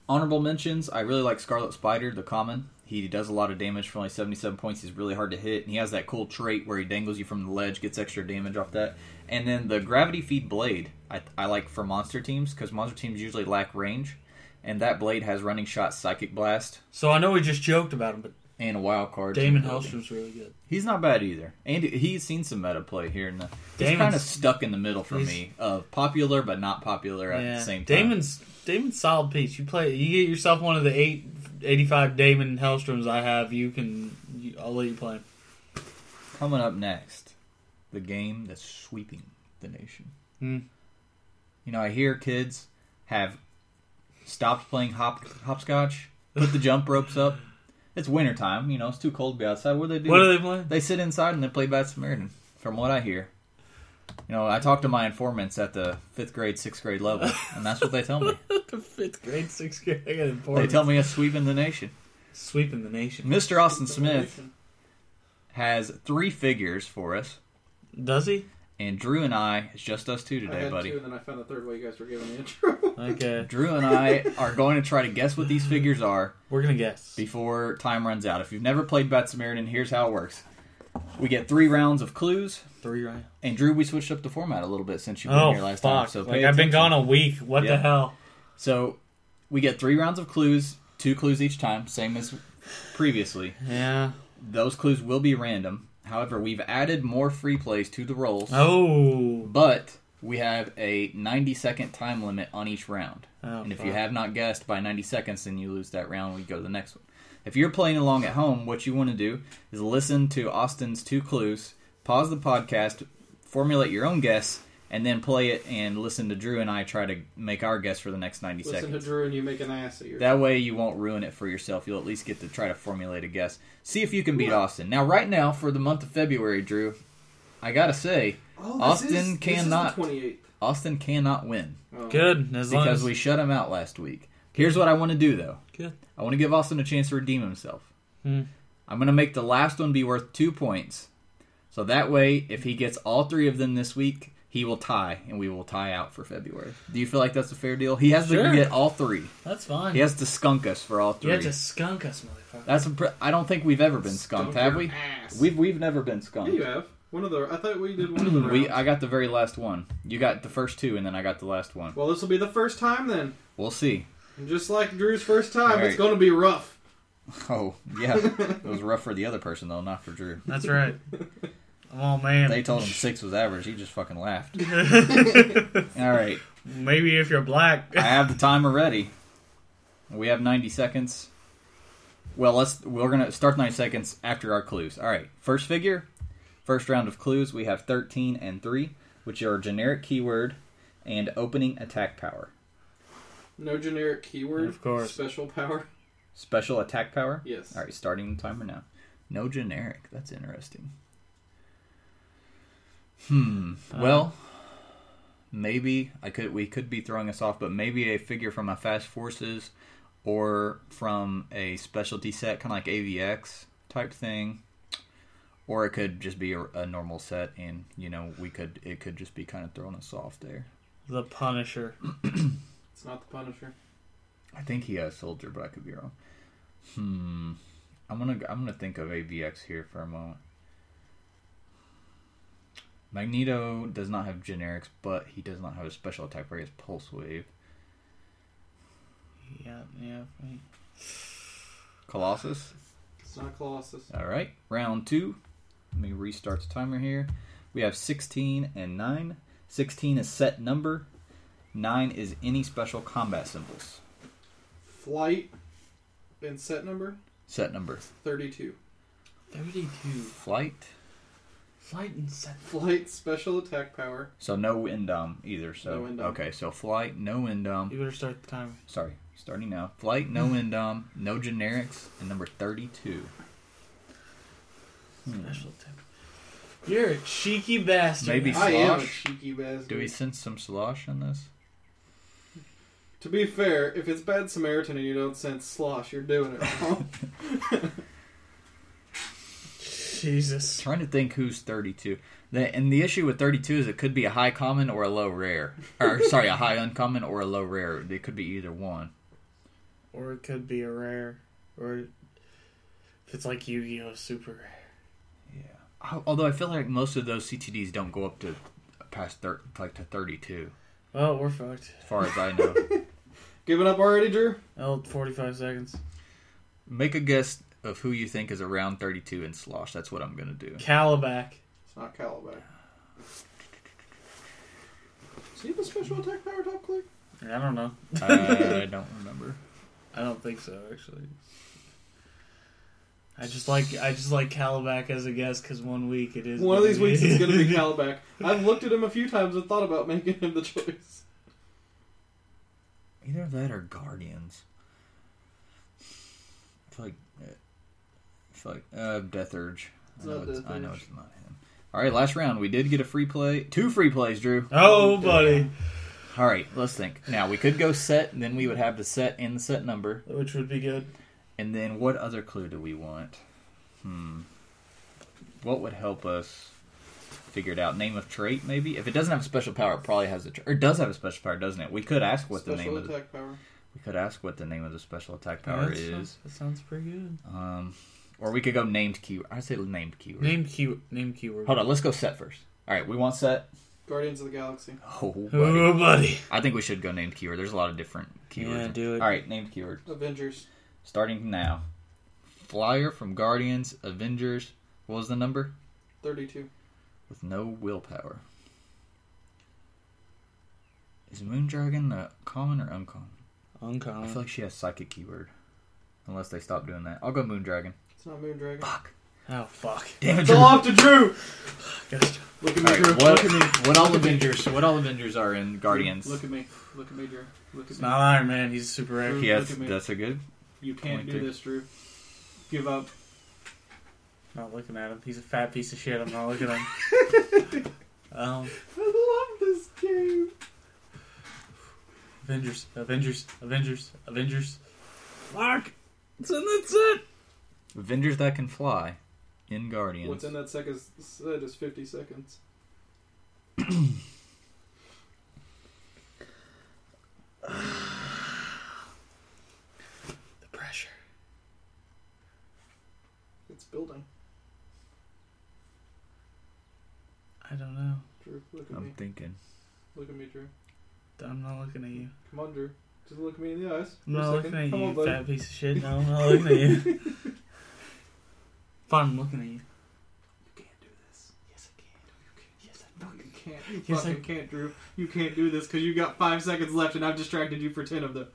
Speaker 2: Honorable mentions. I really like Scarlet Spider, the common. He does a lot of damage for only 77 points. He's really hard to hit. And he has that cool trait where he dangles you from the ledge, gets extra damage off that. And then the Gravity Feed Blade, I, I like for monster teams because monster teams usually lack range. And that blade has Running Shot, Psychic Blast,
Speaker 4: So I know we just joked about him, but
Speaker 2: and a wild card.
Speaker 4: Damon Hellstrom's really good.
Speaker 2: He's not bad either. And he's seen some meta play here. And he's
Speaker 4: Damon's-
Speaker 2: kind of stuck in the middle for
Speaker 4: he's-
Speaker 2: me of popular but not popular at
Speaker 4: yeah.
Speaker 2: the same time.
Speaker 4: Damon's Damon's solid piece. You play, you get yourself one of the eight, 85 Damon Hellstroms I have. You can, you, I'll let you play him.
Speaker 2: Coming up next, the game that's sweeping the nation.
Speaker 4: Hmm.
Speaker 2: You know, I hear kids have stopped playing hop hopscotch, put the jump ropes up. It's wintertime, you know, it's too cold to be outside. What do they do?
Speaker 4: What are they playing?
Speaker 2: They sit inside and they play Bad Samaritan, from what I hear. You know, I talk to my informants at the fifth grade, sixth grade level, and that's what they tell
Speaker 4: [LAUGHS]
Speaker 2: me.
Speaker 4: [LAUGHS] the fifth grade, sixth grade. I got
Speaker 2: They
Speaker 4: informed.
Speaker 2: tell me it's sweeping the nation.
Speaker 4: Sweeping the nation.
Speaker 2: Mr. Austin Smith has three figures for us,
Speaker 4: Does he?
Speaker 2: and Drew and I, it's just us two
Speaker 3: I
Speaker 2: today,
Speaker 3: had
Speaker 2: buddy.
Speaker 3: two, and then I found the third while you guys were giving the intro. [LAUGHS]
Speaker 4: Okay.
Speaker 2: Drew and I are going to try to guess what these figures are
Speaker 4: We're going to guess.
Speaker 2: before time runs out. If you've never played Bat Samaritan, here's how it works. We get three rounds of clues,
Speaker 4: Three rounds.
Speaker 2: and Drew, we switched up the format a little bit since you've been
Speaker 4: Oh,
Speaker 2: here last time.
Speaker 4: fuck.
Speaker 2: So
Speaker 4: like,
Speaker 2: pay
Speaker 4: I've been
Speaker 2: attention.
Speaker 4: gone a week. What
Speaker 2: Yeah.
Speaker 4: the hell?
Speaker 2: So we get three rounds of clues, two clues each time, same as previously.
Speaker 4: Yeah.
Speaker 2: Those clues will be random. However, we've added more free plays to the rolls,
Speaker 4: Oh.
Speaker 2: but we have a 90 second time limit on each round.
Speaker 4: Oh,
Speaker 2: and if
Speaker 4: fuck.
Speaker 2: you have not guessed by 90 seconds, then you lose that round. We go to the next one. If you're playing along at home, what you want to do is listen to Austin's two clues, pause the podcast, formulate your own guess, and then play it and listen to Drew and I try to make our guess for the next 90
Speaker 3: Listen
Speaker 2: seconds.
Speaker 3: to Drew, and you make an ass of yourself.
Speaker 2: That way you won't ruin it for yourself. You'll at least get to try to formulate a guess. See if you can beat Austin. Now, right now, for the month of February, Drew, I gotta say,
Speaker 3: Oh,
Speaker 2: Austin cannot.
Speaker 3: Twenty eighth.
Speaker 2: Austin cannot win
Speaker 3: Oh.
Speaker 4: Good. As long
Speaker 2: because
Speaker 4: as
Speaker 2: we shut him out last week. Here's what I want to do, though.
Speaker 4: Good.
Speaker 2: I want to give Austin a chance to redeem himself.
Speaker 4: Hmm.
Speaker 2: I'm going to make the last one be worth two points. So that way, if he gets all three of them this week, he will tie, and we will tie out for February. Do you feel like that's a fair deal? He has
Speaker 4: Sure.
Speaker 2: to get all three.
Speaker 4: That's fine.
Speaker 2: He has to skunk us for all
Speaker 4: You
Speaker 2: three.
Speaker 4: had to skunk us, motherfucker.
Speaker 2: [LAUGHS] That's a pr- I don't think we've ever been skunked, have we?
Speaker 3: Ass.
Speaker 2: We've we've never been
Speaker 3: Yeah, you
Speaker 2: skunked.
Speaker 3: have one of the. I thought we did one of the.
Speaker 2: [CLEARS THROAT]
Speaker 3: Rounds.
Speaker 2: We I got the very last one. You got the first two, and then I got the last one.
Speaker 3: Well, this will be the first time then.
Speaker 2: We'll see.
Speaker 3: And just like Drew's first time,
Speaker 2: All right.
Speaker 3: it's going to be rough.
Speaker 2: Oh yeah, it was rough for the other person though, not for Drew.
Speaker 4: That's right. Oh man.
Speaker 2: They told him six was average. He just fucking laughed. All right,
Speaker 4: Maybe if you're black. [LAUGHS]
Speaker 2: I have the timer ready. We have 90 seconds. Well, let's we're gonna start 90 seconds after our clues. All right, first figure, first round of clues. We have 13 and three, which are a generic keyword. and opening attack power.
Speaker 3: No generic keyword.
Speaker 4: Of course.
Speaker 3: Special power. [LAUGHS]
Speaker 2: Special attack power?
Speaker 3: Yes.
Speaker 2: All right, starting the timer now. No generic. That's interesting. Hmm. well, maybe I could. We could be throwing us off, but maybe a figure from a fast forces or from a specialty set, kind of like AVX type thing, or it could just be a, a normal set, and you know, we could. It could just be kind of throwing us off there.
Speaker 4: The Punisher.
Speaker 3: It's not the Punisher.
Speaker 2: I think he has soldier, but I could be wrong. Hmm. I'm gonna I'm gonna think of AVX here for a moment. Magneto does not have generics, but he does not have a special attack where he has pulse wave.
Speaker 4: Yeah, yeah. right.
Speaker 2: Colossus.
Speaker 3: It's not Colossus.
Speaker 2: All right, round two. Let me restart the timer here. We have 16 and 9. 16 is set number. 9 is any special combat symbols.
Speaker 3: Flight and set number
Speaker 2: Set number.
Speaker 3: 32.
Speaker 4: 32.
Speaker 2: Flight.
Speaker 4: Flight and set.
Speaker 3: Flight special attack power.
Speaker 2: So no Windom either. So
Speaker 3: No Windom.
Speaker 2: okay, so flight, no Windom.
Speaker 4: You better start the timer.
Speaker 2: Sorry, starting now. Flight, no Windom, no generics, and number thirty-two. Hmm.
Speaker 4: Special tip. You're a cheeky bastard. Ah,
Speaker 2: Maybe-
Speaker 3: I am a
Speaker 2: Slosh.
Speaker 3: cheeky bastard.
Speaker 2: Do we sense some slosh in this?
Speaker 3: To be fair, if it's Bad Samaritan and you don't sense slosh, you're doing it wrong. [LAUGHS]
Speaker 4: Jesus.
Speaker 2: Trying to think who's thirty-two. The, and the issue with thirty-two is it could be a high common or a low rare, or [LAUGHS] sorry, a high uncommon or a low rare. It could be either one.
Speaker 4: Or it could be a rare. Or if it's like Yu Gi Oh! Super rare.
Speaker 2: Yeah. Al- Although I feel like most of those CTDs don't go up to past thir- like to thirty-two,
Speaker 4: Oh, we're fucked.
Speaker 2: as far as I know.
Speaker 3: Giving up already, Drew?
Speaker 4: Oh, 45 seconds.
Speaker 2: Make a guess of who you think is around thirty-two in slosh. That's what I'm gonna
Speaker 4: [LAUGHS]
Speaker 2: do.
Speaker 4: Calabac.
Speaker 3: It's not Calabar. Does he have a special attack power top click?
Speaker 4: I don't know.
Speaker 2: I don't remember.
Speaker 4: I don't think so, actually. I just like I just like Calabac as a guess because one week it is.
Speaker 3: One of these weeks it's [LAUGHS]
Speaker 4: [LAUGHS]
Speaker 3: going to be Calabac. I've looked at him a few times and thought about making him the choice.
Speaker 2: Either that or Guardians. I feel like, uh, I feel like uh, Death Urge.
Speaker 3: It's
Speaker 2: I know,
Speaker 3: not
Speaker 2: it's,
Speaker 3: Death
Speaker 2: I know
Speaker 3: Urge.
Speaker 2: it's not him. All right, last round. We did get a free play, two free plays, Drew.
Speaker 4: Oh, buddy,
Speaker 2: All right, let's think. Now we could go set, and then we would have the set and the set number,
Speaker 4: which would be good.
Speaker 2: and then what other clue do we want? Hmm. What would help us figure it out? Name of trait, maybe. If it doesn't have a special power, it probably has a tra- or does have a special power, doesn't it? We could ask what
Speaker 3: special
Speaker 2: the name of the
Speaker 3: attack power.
Speaker 2: We could ask what the name of the special attack power
Speaker 4: that
Speaker 2: is.
Speaker 4: Sounds, that sounds pretty good.
Speaker 2: Um, or we could go named keyword. I say named keyword.
Speaker 4: Name key name keyword.
Speaker 2: Hold on, let's go set first. All right, we want set.
Speaker 3: Guardians of the Galaxy.
Speaker 2: Oh, buddy.
Speaker 4: Oh, buddy.
Speaker 2: I think we should go named keyword. There's a lot of different keywords.
Speaker 4: Yeah, do it.
Speaker 2: All right, named keyword.
Speaker 3: Avengers.
Speaker 2: Starting now. Flyer from Guardians, Avengers. What was the number?
Speaker 3: 32.
Speaker 2: With no willpower. Is Moon Dragon a common or uncommon? I
Speaker 4: Uncommon.
Speaker 2: feel like she has psychic keyword. Unless they stop doing that. I'll go Moon Dragon.
Speaker 3: It's not Moondragon.
Speaker 2: Fuck.
Speaker 4: oh fuck.
Speaker 2: Damn it,
Speaker 3: It's all off to Drew!
Speaker 4: Gotcha.
Speaker 3: Look
Speaker 2: All
Speaker 3: at me,
Speaker 2: right,
Speaker 3: Drew.
Speaker 2: what,
Speaker 3: Look at me.
Speaker 2: what all Avengers? What all Avengers are in Guardians?
Speaker 3: Look at me. Look at me, Drew. Look at
Speaker 4: It's
Speaker 3: me.
Speaker 4: not Iron Man. He's a super rare.
Speaker 3: He
Speaker 2: yes,
Speaker 3: look at me.
Speaker 2: that's a good.
Speaker 3: You can't do
Speaker 2: Pointer.
Speaker 3: this, Drew. Give up.
Speaker 4: Not looking at him. He's a fat piece of shit. I'm not looking at him.
Speaker 3: [LAUGHS]
Speaker 4: um,
Speaker 3: I love this game.
Speaker 4: Avengers. Avengers. Avengers. Avengers. Fuck. It's in that's it.
Speaker 2: Avengers that can fly in Guardians.
Speaker 3: What's in that second set is 50 seconds.
Speaker 4: The pressure.
Speaker 3: It's building.
Speaker 4: I don't know.
Speaker 3: Drew, look at
Speaker 2: I'm
Speaker 3: me.
Speaker 2: thinking.
Speaker 3: Look at me, Drew.
Speaker 4: I'm not looking at you.
Speaker 3: Come on, Drew. Just look at me in the eyes.
Speaker 4: I'm
Speaker 3: for a
Speaker 4: not
Speaker 3: second.
Speaker 4: looking at
Speaker 3: Come
Speaker 4: you,
Speaker 3: on, buddy.
Speaker 4: fat piece of shit. No, I'm not looking at you. Fine, I'm looking at you.
Speaker 3: You can't do this.
Speaker 4: Yes, I can. Yes, I
Speaker 3: No, you can't. [LAUGHS] You
Speaker 4: Yes,
Speaker 3: fucking
Speaker 4: I-
Speaker 3: can't, Drew. You can't do this because you got five seconds left and I've distracted you for ten of them.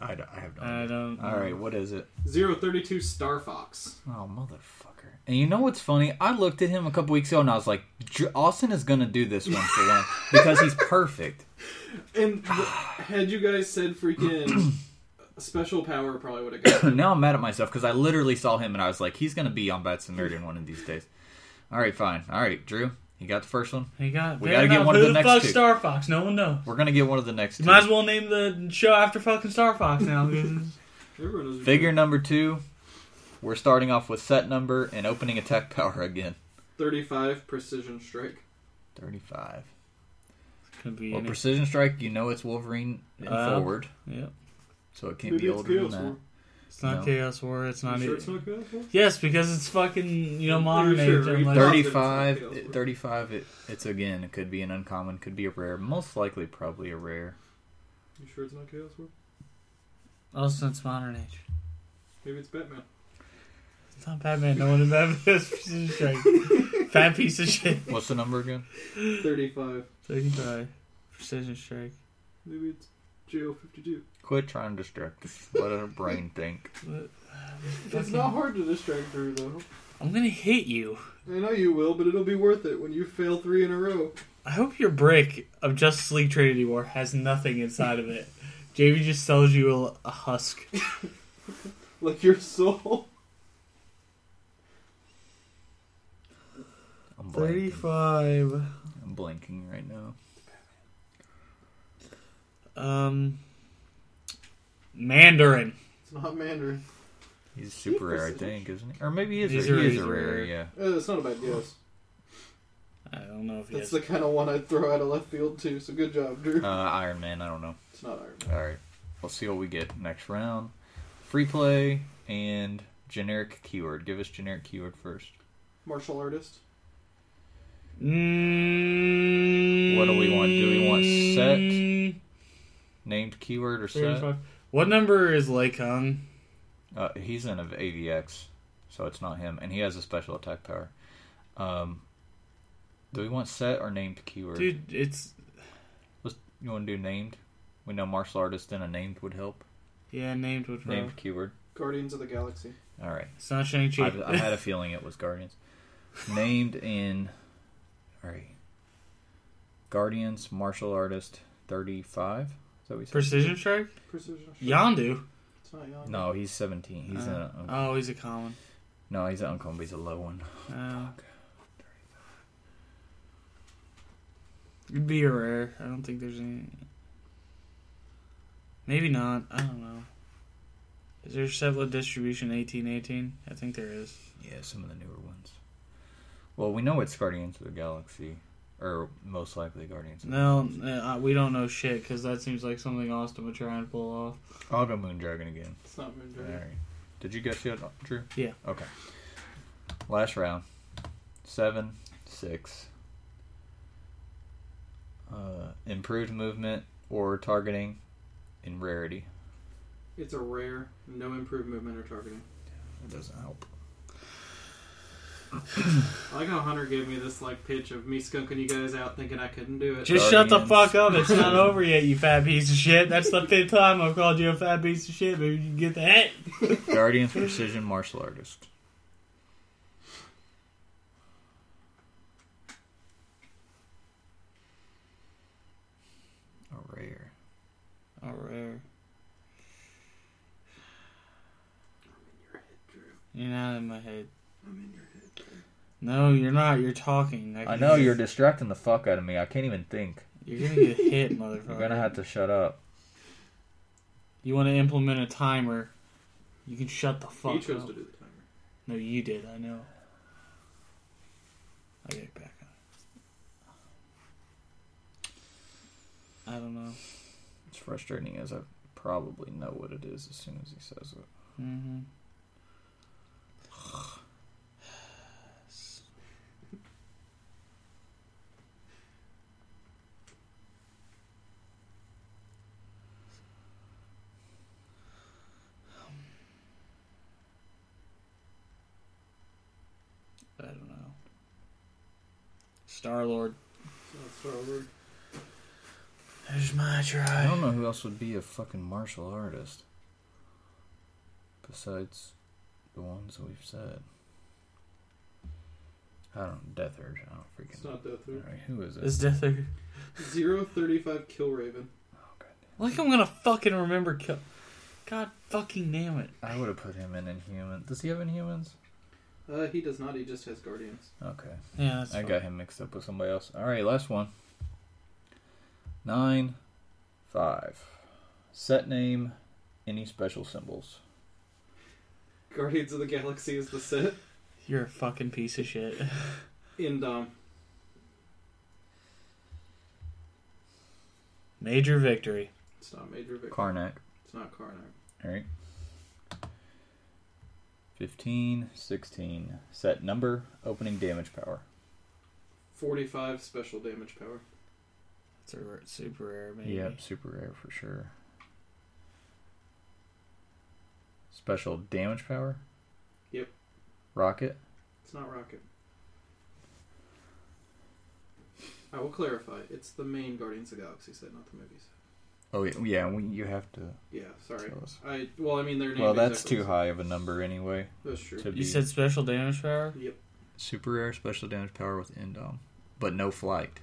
Speaker 2: I, d- I have no
Speaker 4: I
Speaker 2: idea.
Speaker 4: don't.
Speaker 2: All right, what is it?
Speaker 3: Zero thirty-two Star Fox.
Speaker 2: Oh motherfucker! And you know what's funny? I looked at him a couple weeks ago and I was like, "J- Austin is going to do this one for
Speaker 3: [LAUGHS]
Speaker 2: one because he's perfect.
Speaker 3: And th- had you guys said [COUGHS] freaking special power, probably would have got.
Speaker 2: But now I'm mad at myself because I literally saw him and I was like, he's going to be on Bad Samaritan one of these days. All right, fine. All right, Drew, you got the first one.
Speaker 4: He got.
Speaker 2: We
Speaker 4: fair
Speaker 2: gotta get
Speaker 4: enough.
Speaker 2: one of
Speaker 4: Who
Speaker 2: the next
Speaker 4: fuck
Speaker 2: two.
Speaker 4: Star Fox? No one knows.
Speaker 2: We're going to get one of the next two.
Speaker 4: Might as well name the show after fucking Star Fox
Speaker 2: [LAUGHS]
Speaker 4: now.
Speaker 3: Everyone knows-
Speaker 2: Figure number two. We're starting off with set number and opening attack power again.
Speaker 3: 35 precision strike.
Speaker 2: 35.
Speaker 4: Could be
Speaker 2: Well,
Speaker 4: any-
Speaker 2: precision strike, you know it's Wolverine and
Speaker 4: Uh,
Speaker 2: forward,
Speaker 4: yeah.
Speaker 2: so it can't
Speaker 3: Maybe
Speaker 2: be
Speaker 3: it's
Speaker 2: older than
Speaker 3: chaos
Speaker 2: that.
Speaker 3: War.
Speaker 4: It's not
Speaker 2: No.
Speaker 4: Chaos War. It's not.
Speaker 3: You sure
Speaker 4: it-
Speaker 3: it's not chaos war?
Speaker 4: Yes, because it's fucking you know
Speaker 3: I'm
Speaker 4: modern
Speaker 3: pretty sure
Speaker 4: age.
Speaker 3: we-
Speaker 4: I'm like-
Speaker 3: Thirty-
Speaker 2: 35,
Speaker 3: Chaos War.
Speaker 2: it- 35 it, it's again, it could be an uncommon, could be a rare, most likely probably a rare.
Speaker 3: You sure it's not chaos war?
Speaker 4: Also, Oh, it's modern age.
Speaker 3: Maybe it's [COUGHS] Batman.
Speaker 4: It's not Batman. No one in Batman has precision
Speaker 2: [LAUGHS]
Speaker 4: strike. Fat piece of shit.
Speaker 2: What's the number again?
Speaker 3: 35.
Speaker 4: Thirty-five precision strike.
Speaker 3: Maybe it's JO 52.
Speaker 2: Quit trying to distract us. Let our brain think.
Speaker 3: It's not hard to distract her, [LAUGHS] though.
Speaker 4: I'm gonna hit you.
Speaker 3: I know you will, but it'll be worth it when you fail three in a row.
Speaker 4: I hope your brick of Justice League Trinity War has nothing inside of it. JV just sells you a, a husk.
Speaker 3: [LAUGHS] Like your soul.
Speaker 2: I'm blanking.
Speaker 4: Thirty-five.
Speaker 2: I'm blanking right now.
Speaker 4: Um. Mandarin.
Speaker 3: It's not Mandarin.
Speaker 2: He's super rare, I think, isn't he? Or maybe he is,
Speaker 4: He's
Speaker 2: a,
Speaker 4: a-
Speaker 2: he is
Speaker 4: he's
Speaker 2: a
Speaker 4: a
Speaker 2: rare,
Speaker 4: rare.
Speaker 2: yeah.
Speaker 3: Uh, that's not a bad guess.
Speaker 4: I don't know if he
Speaker 3: That's
Speaker 4: has.
Speaker 3: the kind of one I'd throw out of left field, too, so good job, Drew.
Speaker 2: Uh, Iron Man, I don't know.
Speaker 3: It's not Iron Man.
Speaker 2: All right. We'll see what we get next round. Free play and generic keyword. Give us generic keyword first.
Speaker 3: Martial artist.
Speaker 4: Mm,
Speaker 2: What do we want? Do we want set? Named keyword or set?
Speaker 4: Thirty-five. What number is Lycon?
Speaker 2: Uh, he's in of AVX, so it's not him, and he has a special attack power. Um, do we want set or named keyword?
Speaker 4: Dude, it's
Speaker 2: Let's, you want to do named? We know martial artist and a named would help.
Speaker 4: yeah, named would
Speaker 2: Named keyword.
Speaker 3: Guardians of the Galaxy.
Speaker 2: All right.
Speaker 4: It's not Shang Chi.
Speaker 2: I, I had a feeling it was Guardians. Named in. Alright. Guardians Martial Artist 35. Is that what we said?
Speaker 4: [LAUGHS] Precision strike.
Speaker 3: Precision.
Speaker 4: Yondu.
Speaker 3: It's not Yon.
Speaker 2: No, he's 17. He's
Speaker 4: Uh,
Speaker 2: in a.
Speaker 4: oh, he's a common.
Speaker 2: No, he's an uncommon, but he's a low one.
Speaker 4: Uh, it'd be a rare. I don't think there's any. Maybe not. I don't know. Is there Sevla distribution eighteen eighteen? I think there is.
Speaker 2: Yeah, some of the newer ones. Well, we know it's Guardians of the Galaxy. Or most likely Guardians of the
Speaker 4: No, uh, we don't know shit because that seems like something Austin would try and pull off.
Speaker 2: I'll go Moondragon again.
Speaker 3: It's not Moondragon.
Speaker 2: Alright. Did you guess yet, Drew?
Speaker 4: Yeah.
Speaker 2: Okay. Last round. Seven, six. Uh, improved movement or targeting in rarity.
Speaker 3: It's a rare, no improved movement or targeting.
Speaker 2: It doesn't help.
Speaker 3: I like how Hunter gave me this like pitch of me skunking you guys out, thinking I couldn't do it.
Speaker 4: Just shut the
Speaker 2: Guardians.
Speaker 4: fuck up. It's not over yet, you fat piece of shit. That's the fifth time I've called you a fat piece of shit. Maybe you can get that.
Speaker 2: Guardians Precision Martial Artist. A rare.
Speaker 4: Or rare. You're not in my head. No, you're not. You're talking.
Speaker 2: I know you're distracting the fuck out of me. I can't even think.
Speaker 4: You're gonna
Speaker 2: [LAUGHS]
Speaker 4: get hit, motherfucker.
Speaker 2: You're gonna have to shut up.
Speaker 4: You want to implement a timer? You can shut the fuck
Speaker 3: He chose
Speaker 4: up.
Speaker 3: to do the timer.
Speaker 4: No, you did. I know. I get it back on. I don't know.
Speaker 2: It's frustrating as I probably know what it is as soon as he says it.
Speaker 4: Mm-hmm. I don't know. Star Lord.
Speaker 3: So that's Star Lord.
Speaker 4: There's my
Speaker 2: I don't
Speaker 4: try.
Speaker 2: know who else would be a fucking martial artist besides the ones that we've said. I don't Death Urge. I don't freaking.
Speaker 3: It's not Death
Speaker 2: All
Speaker 3: Loop.
Speaker 2: right, who is it?
Speaker 4: Is Death Urge?
Speaker 3: Zero thirty-five Kill Raven.
Speaker 4: Like I'm gonna fucking remember kill. God fucking damn it!
Speaker 2: I would have put him in Inhuman. Does he have Inhumans?
Speaker 3: Uh, he does not. He just has Guardians.
Speaker 4: Uh.
Speaker 2: Okay,
Speaker 4: Yeah, that's
Speaker 2: I got him mixed up with somebody else. All right, last one. Nine, five. Set name. Any special symbols?
Speaker 3: Guardians of the Galaxy is the set.
Speaker 4: You're a fucking piece of shit. [LAUGHS]
Speaker 3: And um,
Speaker 4: Major victory.
Speaker 3: it's not Major Vic.
Speaker 2: Karnak.
Speaker 3: It's not Karnak.
Speaker 2: All right. 15, 16. Set number, opening damage power.
Speaker 3: Forty-five special damage power.
Speaker 4: It's a r- super rare, maybe.
Speaker 2: Yep, super rare for sure. Special damage power?
Speaker 3: Yep.
Speaker 2: Rocket?
Speaker 3: It's not Rocket. I will clarify. It's the main Guardians of the Galaxy set, not the movies.
Speaker 2: Oh, yeah, yeah we, you have to
Speaker 3: Yeah, sorry.
Speaker 2: tell us.
Speaker 3: I well, I mean their name.
Speaker 2: Well, that's
Speaker 3: exactly
Speaker 2: too high of a number anyway.
Speaker 3: That's true.
Speaker 2: To
Speaker 4: You
Speaker 2: be
Speaker 4: said special damage power.
Speaker 3: Yep.
Speaker 2: super rare, special damage power with Endom, but no flight.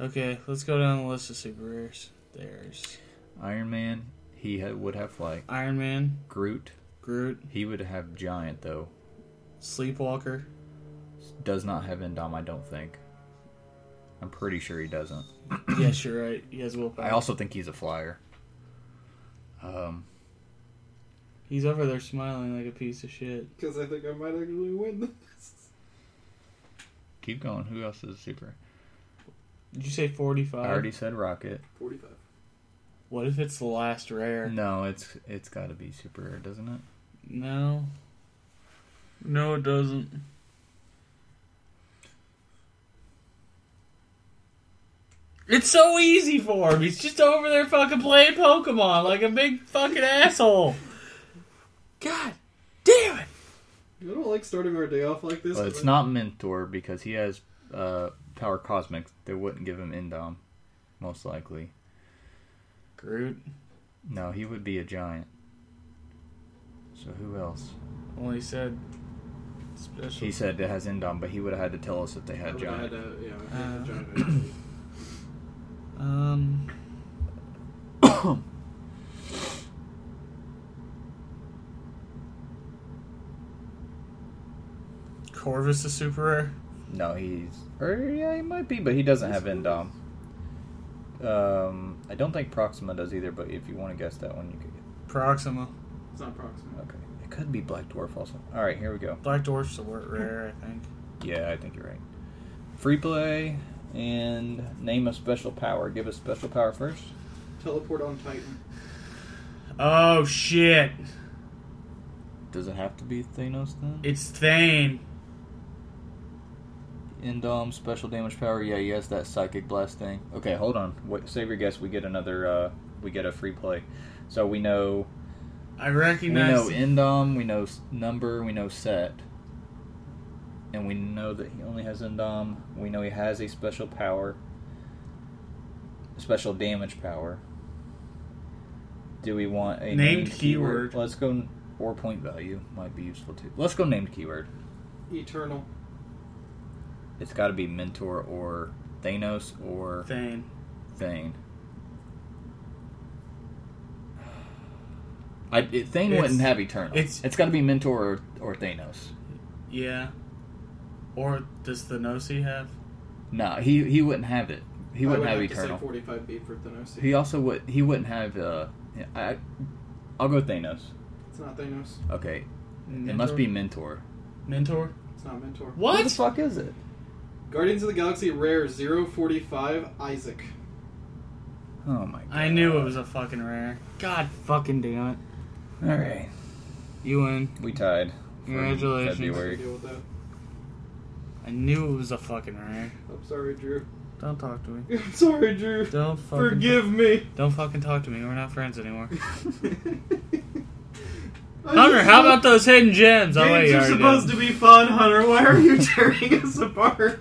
Speaker 4: Okay, let's go down the list of super rares. There's
Speaker 2: Iron Man, he ha- would have flight.
Speaker 4: Iron Man,
Speaker 2: Groot,
Speaker 4: Groot,
Speaker 2: he would have giant though.
Speaker 4: Sleepwalker.
Speaker 2: [CLEARS THROAT] Does not have Endom, I don't think. I'm pretty sure he doesn't.
Speaker 4: yes, you're right. He has willpower.
Speaker 2: I also think he's a flyer. Um,
Speaker 4: He's over there smiling like a piece of shit.
Speaker 3: Because I think I might actually win [LAUGHS] this.
Speaker 2: keep going. Who else is super?
Speaker 4: Did you say 45?
Speaker 2: I already said Rocket.
Speaker 3: Forty-five.
Speaker 4: What if it's the last rare?
Speaker 2: No, it's it's got to be super rare, doesn't it?
Speaker 4: No. No, it doesn't. It's so easy for him. He's just over there fucking playing Pokemon like a big fucking asshole. God damn it.
Speaker 3: I don't like starting our day off like this.
Speaker 2: Well,
Speaker 3: 'cause
Speaker 2: it's
Speaker 3: I-
Speaker 2: not Mentor because he has uh, power cosmic. They wouldn't give him Endom, most likely.
Speaker 4: Groot.
Speaker 2: No, he would be a giant. So who else?
Speaker 4: Well, he said special.
Speaker 2: He said it has Endom, but he would have had to tell us if they
Speaker 3: I
Speaker 2: had
Speaker 3: would've
Speaker 2: giant.
Speaker 3: had a- yeah, I
Speaker 4: Uh,
Speaker 3: had a giant.
Speaker 4: um. [COUGHS] Corvus is super rare.
Speaker 2: No, he's or yeah, he might be, but he doesn't have Endom. Um, I don't think Proxima does either. But if you want to guess that one, you could.
Speaker 4: Proxima.
Speaker 3: It's not Proxima.
Speaker 2: Okay, it could be Black Dwarf also. All right, here we go.
Speaker 4: Black Dwarf's a word rare, I think.
Speaker 2: Yeah, I think you're right. Free play and name a special power. Give us special power first.
Speaker 3: Teleport on Titan.
Speaker 4: Oh shit!
Speaker 2: Does it have to be Thanos then?
Speaker 4: It's Thane.
Speaker 2: Endom um, special damage power. Yeah, he has that psychic blast thing. Okay, hold on. Wait, save your guess. We get another. uh We get a free play. So we know
Speaker 4: I
Speaker 2: we
Speaker 4: recognize.
Speaker 2: know Endom. We know s- number. We know set. And we know that he only has Endom. We know he has a special power. Special damage power. Do we want a
Speaker 4: Named keyword.
Speaker 2: Let's go. Or point value might be useful too. Let's go named keyword.
Speaker 3: Eternal.
Speaker 2: It's got to be mentor or Thanos or
Speaker 4: Thane.
Speaker 2: Thane. I, it, Thane
Speaker 4: It's-
Speaker 2: wouldn't have Eternal.
Speaker 4: it's-
Speaker 2: it's got to be Mentor or, or Thanos.
Speaker 4: Yeah. Or does Thanosi have?
Speaker 2: Nah, he he wouldn't have it. He
Speaker 3: I
Speaker 2: wouldn't
Speaker 3: would
Speaker 2: have,
Speaker 3: to say
Speaker 2: Eternal.
Speaker 3: 45 B for Thanos.
Speaker 2: He also would. He wouldn't have. Uh, I, I'll go Thanos.
Speaker 3: It's not Thanos.
Speaker 2: Okay,
Speaker 4: Mentor?
Speaker 2: it must be Mentor.
Speaker 4: Mentor.
Speaker 3: It's not Mentor.
Speaker 2: What the
Speaker 4: What?
Speaker 2: fuck is it?
Speaker 3: Guardians of the Galaxy Rare 045 Isaac.
Speaker 2: Oh my! god.
Speaker 4: I knew it was a fucking rare. God fucking damn it.
Speaker 2: All right,
Speaker 4: You win.
Speaker 2: we tied. for
Speaker 4: Congratulations.
Speaker 2: February.
Speaker 3: Deal with that.
Speaker 4: I knew it was a fucking rare.
Speaker 3: I'm sorry, Drew. [LAUGHS]
Speaker 4: Don't talk to me.
Speaker 3: I'm sorry, Drew.
Speaker 4: Don't fucking
Speaker 3: Forgive me.
Speaker 4: Don't fucking talk to me. We're not friends anymore.
Speaker 3: [LAUGHS] I
Speaker 4: Hunter,
Speaker 3: just
Speaker 4: how
Speaker 3: want-
Speaker 4: about those hidden gems? Oh,
Speaker 3: Games
Speaker 4: wait, you
Speaker 3: are
Speaker 4: already
Speaker 3: supposed [LAUGHS]
Speaker 4: did.
Speaker 3: to be fun, Hunter. Why are you tearing us apart?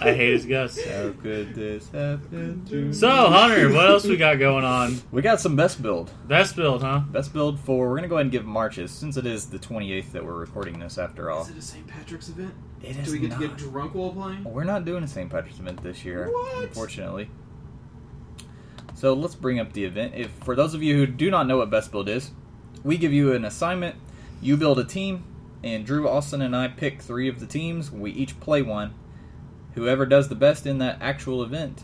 Speaker 4: I hate his guts.
Speaker 2: How could this happen to
Speaker 4: So, Hunter, what else we got going on?
Speaker 2: We got some best build.
Speaker 4: Best build, huh?
Speaker 2: Best build for. We're gonna go ahead and give Marches since it is the 28th that we're recording this. After all,
Speaker 3: [LAUGHS] Is it a St. Patrick's event?
Speaker 2: it
Speaker 3: Do
Speaker 2: is
Speaker 3: we get
Speaker 2: not.
Speaker 3: to get drunk while playing?
Speaker 2: we're not doing a St. Patrick's event this year,
Speaker 3: What?
Speaker 2: unfortunately. So let's bring up the event. If for those of you who do not know what best build is, we give you an assignment. You build a team, and Drew Austin and I pick three of the teams. We each play one. Whoever does the best in that actual event,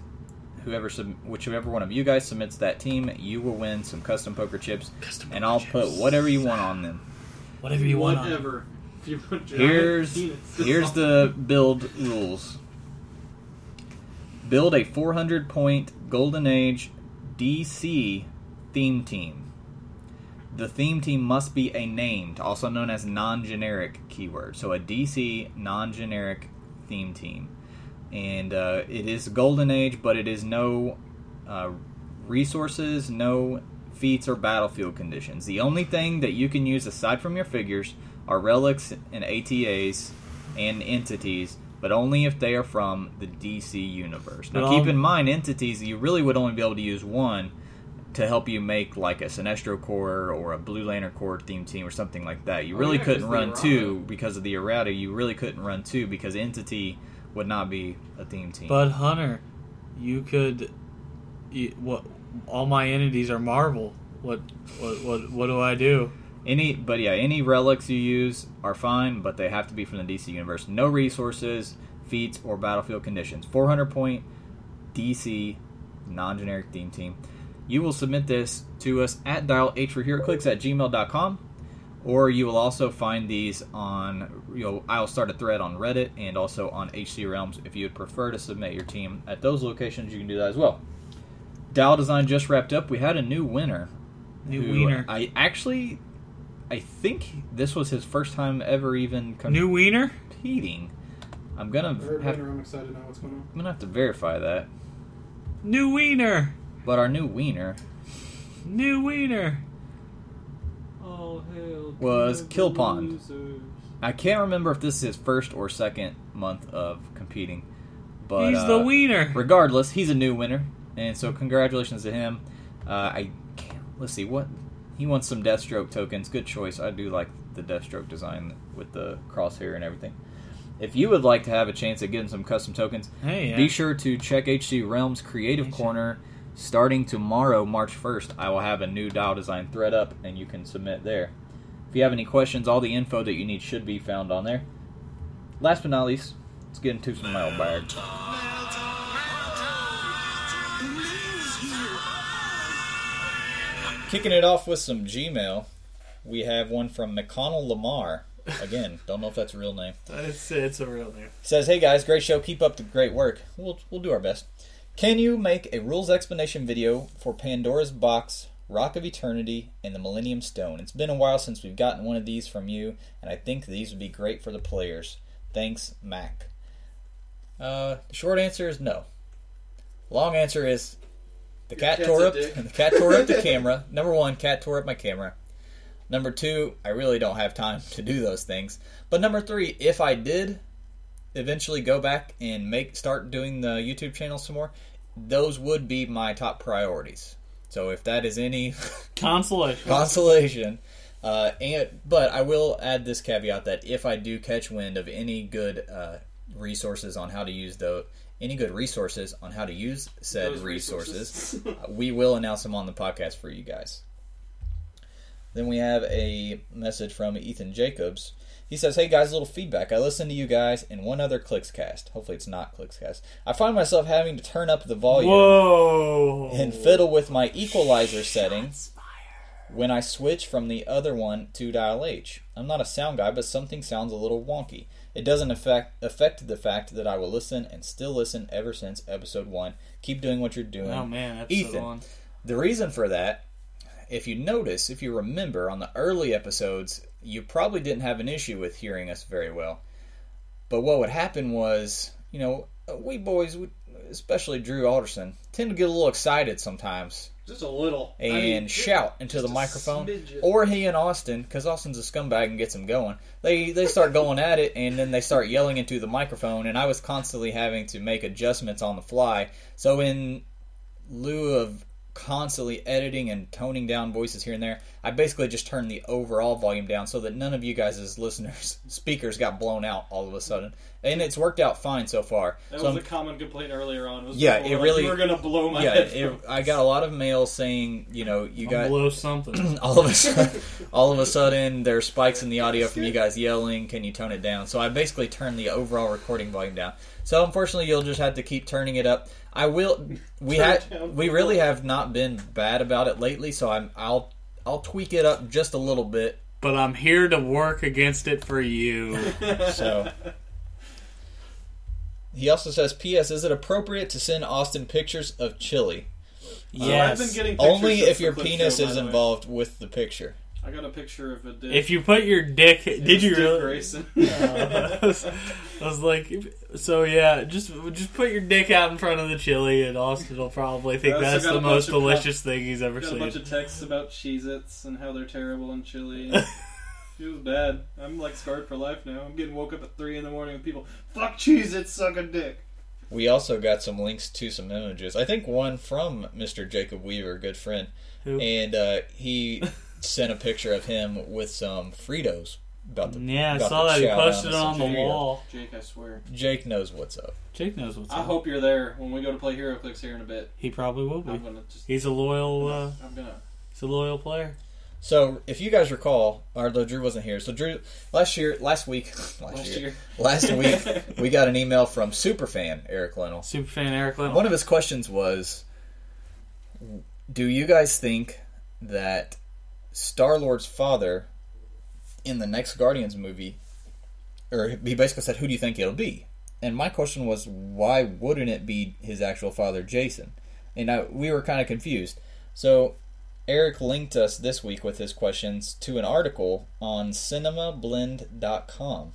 Speaker 2: whoever sub- whichever one of you guys submits that team, you will win some custom poker chips,
Speaker 4: Custom
Speaker 2: and
Speaker 4: poker
Speaker 2: I'll put
Speaker 4: chips.
Speaker 2: whatever you want on them.
Speaker 4: Whatever you want. on.
Speaker 3: Whatever. If you put giant
Speaker 2: Here's [LAUGHS]
Speaker 3: penises
Speaker 2: here's
Speaker 3: on-
Speaker 2: the build rules. Build a 400 point Golden Age DC theme team. The theme team must be a named, also known as non-generic keyword. So a DC non-generic theme team, and uh, it is Golden Age, but it is no uh, resources, no feats or battlefield conditions. The only thing that you can use aside from your figures are relics and ATAs and entities, but only if they are from the DC universe. Now,
Speaker 4: But
Speaker 2: keep
Speaker 4: all-
Speaker 2: in mind, entities you really would only be able to use one to help you make like a Sinestro core or a Blue Lantern core theme team or something like that. You
Speaker 3: Oh,
Speaker 2: really
Speaker 3: yeah, 'cause
Speaker 2: couldn't
Speaker 3: the
Speaker 2: run
Speaker 3: errata.
Speaker 2: two because of the errata. You really couldn't run two because entity would not be a theme team.
Speaker 4: But Hunter, you could. You, what? All my entities are Marvel. What? What? What, what do I do?
Speaker 2: Any, but yeah, any relics you use are fine, but they have to be from the DC universe. No resources, feats, or battlefield conditions. 400 point DC non generic theme team. You will submit this to us at dialhforheroclicks at gmail.com, or you will also find these on, you know, I'll start a thread on Reddit and also on HC Realms if you would prefer to submit your team at those locations. You can do that as well. Dial Design just wrapped up. We had a new winner.
Speaker 4: New
Speaker 2: who
Speaker 4: wiener.
Speaker 2: I actually I think this was his first time ever even
Speaker 4: New wiener.
Speaker 2: competing. I'm gonna
Speaker 3: Third
Speaker 2: have,
Speaker 3: winner, I'm excited to know what's going on.
Speaker 2: I'm gonna have to verify that.
Speaker 4: New wiener.
Speaker 2: But our new wiener
Speaker 4: New wiener.
Speaker 3: All hail
Speaker 2: Was
Speaker 3: to the
Speaker 2: Kill Pond.
Speaker 3: losers.
Speaker 2: I can't remember if this is his first or second month of competing. But
Speaker 4: He's
Speaker 2: uh,
Speaker 4: the wiener.
Speaker 2: [LAUGHS] regardless, he's a new winner, and so congratulations to him. Uh, I can't, let's see what he wants some Deathstroke tokens. Good choice. I do like the Deathstroke design with the crosshair and everything. If you would like to have a chance at getting some custom tokens,
Speaker 4: Hey.
Speaker 2: Be
Speaker 4: Yeah.
Speaker 2: sure to check HC Realms Creative
Speaker 4: Yes, sir.
Speaker 2: Corner starting tomorrow, March 1st. I will have a new dial design thread up and you can submit there. If you have any questions, all the info that you need should be found on there. Last but not least, let's get into some mailbag. Kicking it off with some Gmail, we have one from McConnell Lamar. Again, don't know if that's a real name.
Speaker 4: It's it's a real name.
Speaker 2: Says, "Hey guys, great show. Keep up the great work. We'll we'll do our best. Can you make a rules explanation video for Pandora's Box, Rock of Eternity, and the Millennium Stone? It's been a while since we've gotten one of these from you, and I think these would be great for the players. Thanks, Mac." Uh, the short answer is no. Long answer is the cat
Speaker 3: cat's
Speaker 2: tore
Speaker 3: a
Speaker 2: up [LAUGHS]
Speaker 3: dick.
Speaker 2: the cat tore up
Speaker 3: [LAUGHS]
Speaker 2: the camera. Number one, cat tore up my camera. Number two, I really don't have time to do those things. But number three, if I did eventually go back and make start doing the YouTube channel some more, those would be my top priorities. So if that is any [LAUGHS]
Speaker 4: Consolation.
Speaker 2: consolation. Uh, and but I will add this caveat that if I do catch wind of any good uh, resources on how to use the any good resources on how to use said
Speaker 3: Those
Speaker 2: resources,
Speaker 3: resources.
Speaker 2: uh, we will announce them on the podcast for you guys. Then we have a message from Ethan Jacobs. He says, "Hey guys, a little feedback. I listen to you guys and one other Clickscast. Hopefully, it's not Clickscast. I find myself having to turn up the volume."
Speaker 4: Whoa.
Speaker 2: and fiddle with my equalizer setting when I switch from the other one to dial H. I'm not a sound guy, but something sounds a little wonky. It doesn't affect affect the fact that I will listen and still listen ever since episode one. Keep doing what you're doing.
Speaker 4: Oh man, episode
Speaker 2: Ethan.
Speaker 4: one.
Speaker 2: The reason for that, if you notice, if you remember on the early episodes, you probably didn't have an issue with hearing us very well. But what would happen was, you know, we boys, we- especially Drew Alderson, tend to get a little excited sometimes
Speaker 5: [LAUGHS] Just a little. I
Speaker 2: and
Speaker 5: mean,
Speaker 2: shout into the
Speaker 5: just a
Speaker 2: microphone.
Speaker 5: smidgen.
Speaker 2: Or he and Austin, because Austin's a scumbag and gets him going. They they start going at it, and then they start yelling into the microphone. And I was constantly having to make adjustments on the fly. So in lieu of constantly editing and toning down voices here and there, I basically just turned the overall volume down so that none of you guys [LAUGHS] as listeners speakers got blown out all of a sudden. And it's worked out fine so far.
Speaker 5: That
Speaker 2: so
Speaker 5: was a
Speaker 2: I'm
Speaker 5: common complaint earlier on. Was
Speaker 2: Yeah,
Speaker 5: people
Speaker 2: it
Speaker 5: were
Speaker 2: really-
Speaker 5: Like, You're gonna blow my [LAUGHS]
Speaker 2: [LAUGHS] yeah,
Speaker 5: head.
Speaker 2: it, I got a lot of mail saying, you know, you
Speaker 4: I'll
Speaker 2: got
Speaker 5: [CLEARS THROAT]
Speaker 4: blow something.
Speaker 2: all of a sudden, all of a sudden, there are spikes in the audio from you guys yelling. Can you tone it down? So I basically turned the overall recording volume down. So unfortunately, you'll just have to keep turning it up. I will. We
Speaker 5: Turn
Speaker 2: had
Speaker 5: it down.
Speaker 2: we really have not been bad about it lately. So I'm I'll I'll tweak it up just a little bit.
Speaker 4: but I'm here to work against it
Speaker 5: [LAUGHS]
Speaker 4: for you.
Speaker 2: So. He also says, "P.S. Is it appropriate to send Austin pictures of chili?
Speaker 5: So I've been
Speaker 4: yes.
Speaker 5: getting pictures
Speaker 2: Only
Speaker 5: since
Speaker 2: if
Speaker 5: the
Speaker 2: your
Speaker 5: clip
Speaker 2: penis
Speaker 5: show, by
Speaker 2: is
Speaker 5: the way.
Speaker 2: involved with the picture."
Speaker 5: I got a picture of a dick.
Speaker 4: If you put your dick, did
Speaker 5: It's
Speaker 4: you
Speaker 5: Dick
Speaker 4: really? Uh,
Speaker 5: Grayson.
Speaker 4: [LAUGHS]
Speaker 5: [LAUGHS]
Speaker 4: I, was, I was like, so yeah, just just put your dick out in front of the chili, and Austin will probably think
Speaker 5: I also
Speaker 4: that's
Speaker 5: got
Speaker 4: the
Speaker 5: a
Speaker 4: most
Speaker 5: bunch of
Speaker 4: delicious thing he's ever
Speaker 5: Got a bunch
Speaker 4: seen.
Speaker 5: of texts about Cheez-Its and how they're terrible and
Speaker 4: [LAUGHS]
Speaker 5: chili. And it was bad. I'm like scarred for life now. I'm getting woke up at three in the morning with people. Fuck Cheez-Its, suck a dick.
Speaker 2: We also got some links to some images. I think one from Mr. Jacob Weaver, good friend,
Speaker 4: Who?
Speaker 2: and uh, he [LAUGHS] sent a picture of him with some Fritos. About the
Speaker 4: Yeah, I
Speaker 2: about
Speaker 4: saw
Speaker 2: the
Speaker 4: that he
Speaker 2: chow
Speaker 4: posted it
Speaker 2: down
Speaker 4: on the
Speaker 2: Fritos.
Speaker 4: wall.
Speaker 5: Jake, I swear.
Speaker 2: Jake knows what's up.
Speaker 4: Jake knows what's
Speaker 5: I
Speaker 4: up.
Speaker 5: hope you're there when we go to play Hero Clicks here in a bit.
Speaker 4: he probably will
Speaker 5: I'm
Speaker 4: be.
Speaker 5: gonna just.
Speaker 4: He's a loyal, uh,
Speaker 5: I'm gonna.
Speaker 4: he's a loyal player.
Speaker 2: So, if you guys recall, although Drew wasn't here, so Drew last year, last week, [LAUGHS] last,
Speaker 5: Last
Speaker 2: year,
Speaker 5: year.
Speaker 2: last week,
Speaker 5: [LAUGHS]
Speaker 2: we got an email from superfan Eric Lennell.
Speaker 4: Superfan Eric Lennell.
Speaker 2: One of his questions was Do you guys think that Star Lord's father in the next Guardians movie, or he basically said, Who do you think it'll be? And my question was, Why wouldn't it be his actual father, Jason? And I, we were kind of confused. So Eric linked us this week with his questions to an article on cinemablend.com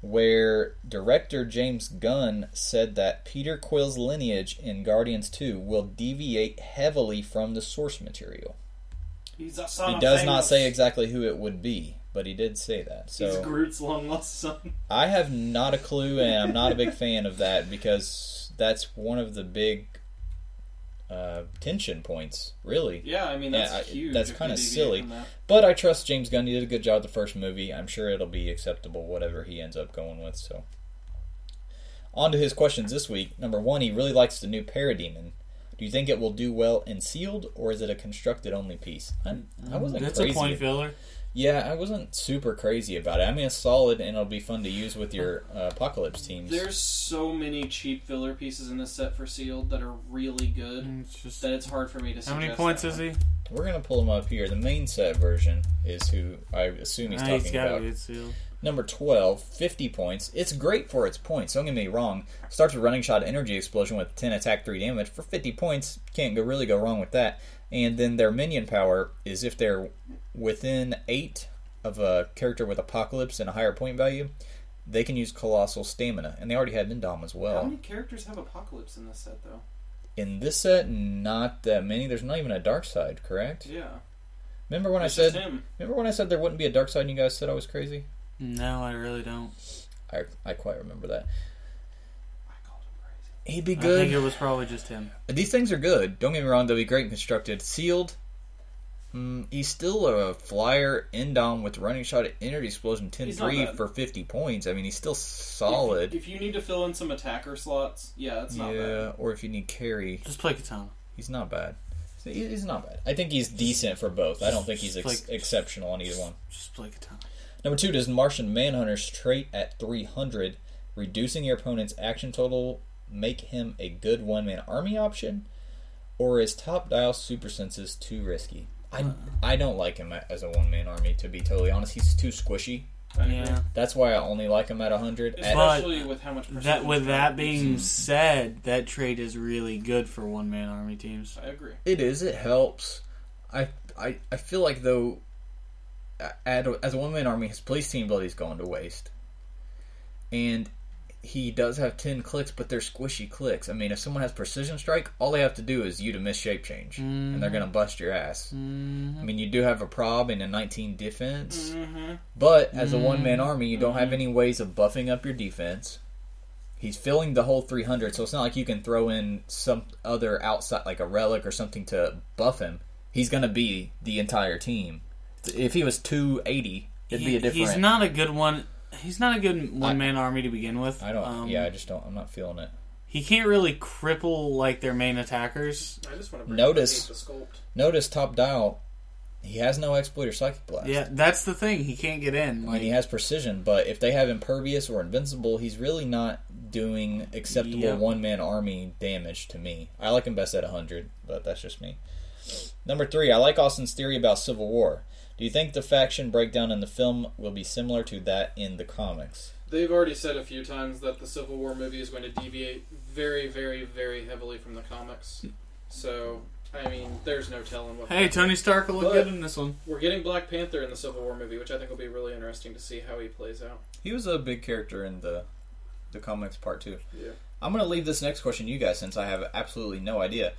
Speaker 2: where director James Gunn said that Peter Quill's lineage in Guardians 2 will deviate heavily from the source material.
Speaker 5: He's a son
Speaker 2: He
Speaker 5: of
Speaker 2: does not
Speaker 5: Thanos.
Speaker 2: say exactly who it would be, but he did say that.
Speaker 5: He's
Speaker 2: So
Speaker 5: Groot's long lost son. [LAUGHS]
Speaker 2: I have not a clue, and I'm not a big fan of that because that's one of the big uh, tension points, really.
Speaker 5: Yeah, I mean that's
Speaker 2: Yeah, I-
Speaker 5: huge.
Speaker 2: that's
Speaker 5: if we
Speaker 2: kinda
Speaker 5: deviate
Speaker 2: silly.
Speaker 5: from that.
Speaker 2: But I trust James Gunn. He did a good job the first movie. I'm sure it'll be acceptable, whatever he ends up going with. So, on to his questions this week. Number one, he really likes the new Parademon. Do you think it will do well in sealed, or is it a constructed only piece? I'm, I wasn't
Speaker 4: That's
Speaker 2: crazy.
Speaker 4: a point filler.
Speaker 2: yeah, I wasn't super crazy about it. I mean, it's solid and it'll be fun to use with your uh, apocalypse teams.
Speaker 5: There's so many cheap filler pieces in this set for sealed that are really good
Speaker 4: It's Mm, just-
Speaker 5: that it's hard for me to.
Speaker 4: how many
Speaker 5: suggest
Speaker 4: points
Speaker 5: that
Speaker 4: is
Speaker 5: one.
Speaker 4: he?
Speaker 2: We're gonna pull him up here. The main set version is who I assume he's
Speaker 4: Nah,
Speaker 2: talking
Speaker 4: he's got
Speaker 2: about.
Speaker 4: a good seal.
Speaker 2: Number 12, 50 points. It's great for its points, don't get me wrong. Starts with running shot energy explosion with 10 attack, 3 damage. For 50 points, can't go, really go wrong with that. And then their minion power is if they're within 8 of a character with Apocalypse and a higher point value, they can use Colossal Stamina. And they already had Indom as
Speaker 5: How
Speaker 2: well.
Speaker 5: many characters have Apocalypse in this set though?
Speaker 2: In this set, not that many. There's not even a Dark Side, correct?
Speaker 5: Yeah,
Speaker 2: Remember when
Speaker 5: it's
Speaker 2: I
Speaker 5: just
Speaker 2: said
Speaker 5: him.
Speaker 2: remember when I said there wouldn't be a Dark Side and you guys said I was crazy?
Speaker 4: No, I really don't.
Speaker 2: I, I quite remember that.
Speaker 5: I called him crazy.
Speaker 2: He'd be
Speaker 4: I
Speaker 2: good.
Speaker 4: think it was probably just him.
Speaker 2: These things are good. Don't get me wrong; they'll be great and constructed. Sealed. Mm, he's still a flyer end on with running shot at energy explosion 10
Speaker 5: He's not
Speaker 2: 3
Speaker 5: bad.
Speaker 2: for 50 points. I mean, he's still
Speaker 5: If-
Speaker 2: solid.
Speaker 5: If, you need to fill in some attacker slots, yeah, that's not
Speaker 2: yeah,
Speaker 5: bad.
Speaker 2: or if you need carry,
Speaker 4: Just play Katana.
Speaker 2: he's not bad. He- He's not bad. I think he's decent for both. I don't think he's ex-
Speaker 4: Like-
Speaker 2: exceptional on either one.
Speaker 4: Just play Katana.
Speaker 2: Number two, does Martian Manhunter's trait at 300, reducing your opponent's action total, make him a good one man army option? Or is top dial super senses too risky? I, I don't like him as a one man army, to be totally honest. He's too squishy.
Speaker 5: I agree.
Speaker 4: Yeah.
Speaker 2: That's why I only like him at 100. At-
Speaker 4: But
Speaker 5: Especially with how much
Speaker 4: That
Speaker 5: precision
Speaker 4: with
Speaker 5: it's got.
Speaker 4: that being said, that trait is really good for one man army teams.
Speaker 5: I agree.
Speaker 2: It is. It helps. I I, I feel like though, a- ad- as a one man army, his police team ability's gone to waste, and he does have 10 clicks, but they're squishy clicks. I mean, if someone has precision strike, all they have to do is you to miss shape change, and they're going
Speaker 4: Mm-hmm.
Speaker 2: to bust your ass. I mean, you do have a prob and a 19 defense,
Speaker 4: Mm-hmm.
Speaker 2: but as a one man army, you don't have any ways of buffing up your defense. He's filling the whole 300, so it's not like you can throw in some other outside, like a relic or something, to buff him. He's going to be the entire team. If he was 280, it'd be a different.
Speaker 4: He's not a good one. He's not a good one man army to begin with.
Speaker 2: I don't.
Speaker 4: Um,
Speaker 2: yeah, I just don't. I'm not feeling it.
Speaker 4: he can't really cripple like their main attackers.
Speaker 3: I just want to
Speaker 2: Notice.
Speaker 3: the sculpt.
Speaker 2: Notice top dial. He has no exploit or psychic blast.
Speaker 4: Yeah, that's the thing. He can't get in.
Speaker 2: I mean,
Speaker 4: Like,
Speaker 2: he has precision, but if they have impervious or invincible, he's really not doing acceptable
Speaker 4: Yep.
Speaker 2: one man army damage to me. I like him best at 100, but that's just me. Number three, I like Austin's theory about Civil War. Do you think the faction breakdown in the film will be similar to that in the comics?
Speaker 3: They've already said a few times that the Civil War movie is going to deviate very, very, very heavily from the comics. So, I mean, there's no telling what.
Speaker 4: hey, Tony Stark will look
Speaker 3: But-
Speaker 4: good in this one.
Speaker 3: We're getting Black Panther in the Civil War movie, which I think will be really interesting to see how he plays out.
Speaker 2: He was a big character in the the comics part too.
Speaker 3: Yeah.
Speaker 2: I'm gonna leave this next question to you guys since I have absolutely no idea.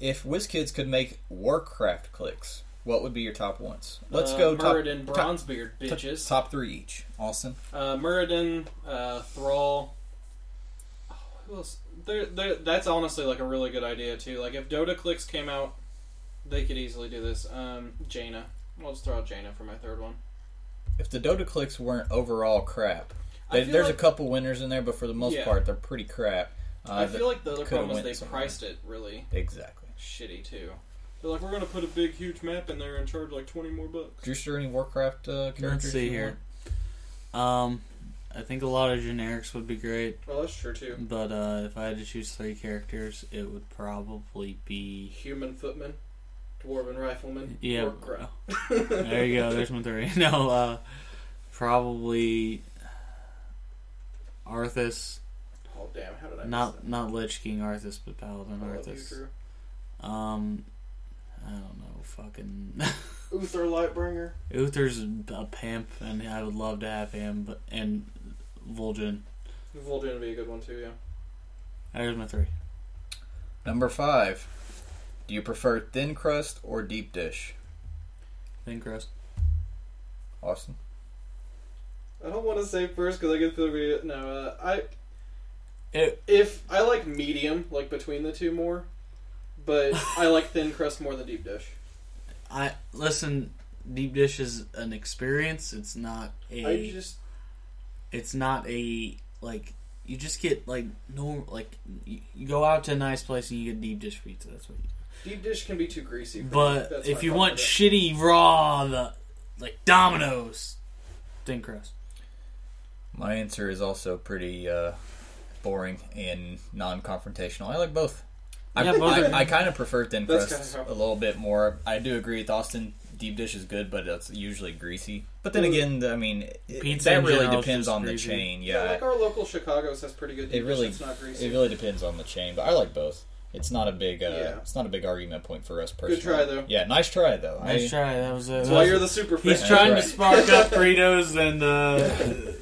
Speaker 2: If WizKids could make Warcraft clicks, what would be your top ones? Let's
Speaker 3: Uh,
Speaker 2: go top,
Speaker 3: Muradin,
Speaker 2: top-
Speaker 3: Bronzebeard,
Speaker 2: top,
Speaker 3: bitches.
Speaker 2: top three each. Austin.
Speaker 3: Uh, Muradin, uh, Thrall. Oh, who else? There, there, that's honestly like a really good idea too. Like if Dota Clicks came out, they could easily do this. Um, Jaina. I'll just throw out Jaina for my third one.
Speaker 2: If the Dota clicks weren't overall crap,
Speaker 3: I
Speaker 2: they,
Speaker 3: feel
Speaker 2: there's
Speaker 3: like-
Speaker 2: a couple winners in there, but for the most
Speaker 3: Yeah.
Speaker 2: part, they're pretty crap. Uh,
Speaker 3: I
Speaker 2: the-
Speaker 3: feel like the other
Speaker 2: could've
Speaker 3: problem
Speaker 2: went
Speaker 3: is they
Speaker 2: somewhere.
Speaker 3: priced it really
Speaker 2: exactly.
Speaker 3: shitty too. They're like, we're gonna put a big, huge map in there and charge like twenty more bucks.
Speaker 2: Drew, is there any Warcraft uh, characters?
Speaker 4: Let's see
Speaker 2: you
Speaker 4: here.
Speaker 2: want?
Speaker 4: Um, I think a lot of generics would be great,
Speaker 3: Well, that's true too.
Speaker 4: but uh, if I had to choose three characters, it would probably be
Speaker 3: Human footman, dwarven rifleman,
Speaker 4: yeah.
Speaker 3: Orcra.
Speaker 4: There you go. There's my three. [LAUGHS] No, uh, probably Arthas.
Speaker 3: Oh damn! How did I miss
Speaker 4: Not
Speaker 3: that?
Speaker 4: not Lich King Arthas, but Paladin
Speaker 3: I love you,
Speaker 4: Arthas.
Speaker 3: Drew.
Speaker 4: Um, I don't know. Fucking [LAUGHS]
Speaker 3: Uther Lightbringer.
Speaker 4: Uther's a pimp, and I would love to have him. But and Vol'jin.
Speaker 3: Vol'jin would be a good one too. Yeah.
Speaker 4: There's my three.
Speaker 2: Number five. Do you prefer thin crust or deep dish?
Speaker 4: Think Rose.
Speaker 2: Austin.
Speaker 3: I don't want to say first because I get feel weird. No, uh, I
Speaker 4: It,
Speaker 3: if I like medium, like between the two more, but I like thin crust more than deep dish.
Speaker 4: I listen. Deep dish is an experience. It's not a. [LAUGHS]
Speaker 3: I just
Speaker 4: it's not a like you just get like no like you, you go out to a nice place and you get deep dish pizza. That's what you.
Speaker 3: deep dish can be too greasy. For me.
Speaker 4: But
Speaker 3: That's
Speaker 4: if
Speaker 3: my
Speaker 4: you
Speaker 3: problem
Speaker 4: want
Speaker 3: with it.
Speaker 4: shitty raw the like Domino's, thin crust.
Speaker 2: My answer is also pretty uh, boring and non-confrontational. I like both. I,
Speaker 4: Yeah, both are-
Speaker 2: I, I kind of prefer thin
Speaker 3: That's
Speaker 2: crust
Speaker 3: kinda how-
Speaker 2: a little bit more. I do agree with Austin. Deep dish is good, but it's usually greasy. But then
Speaker 3: Well,
Speaker 2: again, the- I mean, it,
Speaker 4: Pizza
Speaker 2: that
Speaker 4: in
Speaker 2: really
Speaker 4: general is
Speaker 2: depends
Speaker 4: just
Speaker 2: on
Speaker 4: greasy.
Speaker 2: the chain.
Speaker 3: yeah,
Speaker 2: Yeah,
Speaker 3: like our local Chicago's has pretty good. Deep
Speaker 2: it really,
Speaker 3: dish. It's not
Speaker 2: it
Speaker 3: greasy.
Speaker 2: really depends on the chain. But I like both. It's not a big, uh,
Speaker 3: Yeah.
Speaker 2: it's not a big argument point for us personally.
Speaker 3: try, though.
Speaker 2: Yeah, nice try though.
Speaker 4: Nice
Speaker 2: I-
Speaker 4: try. That was it.
Speaker 3: That's why you're the super. [LAUGHS]
Speaker 4: He's
Speaker 3: fan.
Speaker 4: trying
Speaker 2: right.
Speaker 4: to spark up Fritos
Speaker 3: [LAUGHS]
Speaker 4: and uh,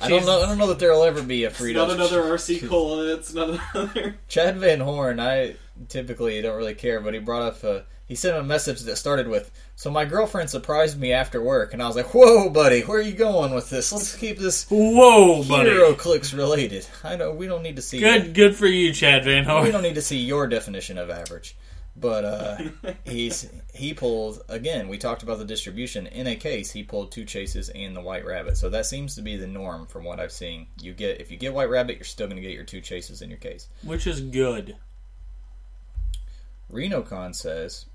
Speaker 2: I don't know. I don't know that there'll ever be a
Speaker 3: It's
Speaker 2: freedom.
Speaker 3: not another RC cola. It's not another.
Speaker 2: Chad Van Horn, I typically don't really care, but he brought up a, he sent a message that started with, "So my girlfriend surprised me after work," and I was like, "Whoa, buddy, where are you going with this? Let's keep this
Speaker 4: whoa,
Speaker 2: hero
Speaker 4: buddy.
Speaker 2: clicks related. I know we don't need to see
Speaker 4: Good, good for you, Chad Van
Speaker 2: we
Speaker 3: [LAUGHS]
Speaker 4: Horn.
Speaker 2: don't need to see your definition of average." But
Speaker 4: [LAUGHS]
Speaker 2: uh, he's he pulled again. We talked about the distribution in a case. He pulled two chases and the white rabbit. So that seems to be the norm from what I've seen. You get if you get white rabbit, you're still going to get your two chases in your case.
Speaker 4: Which is good.
Speaker 2: RenoCon says,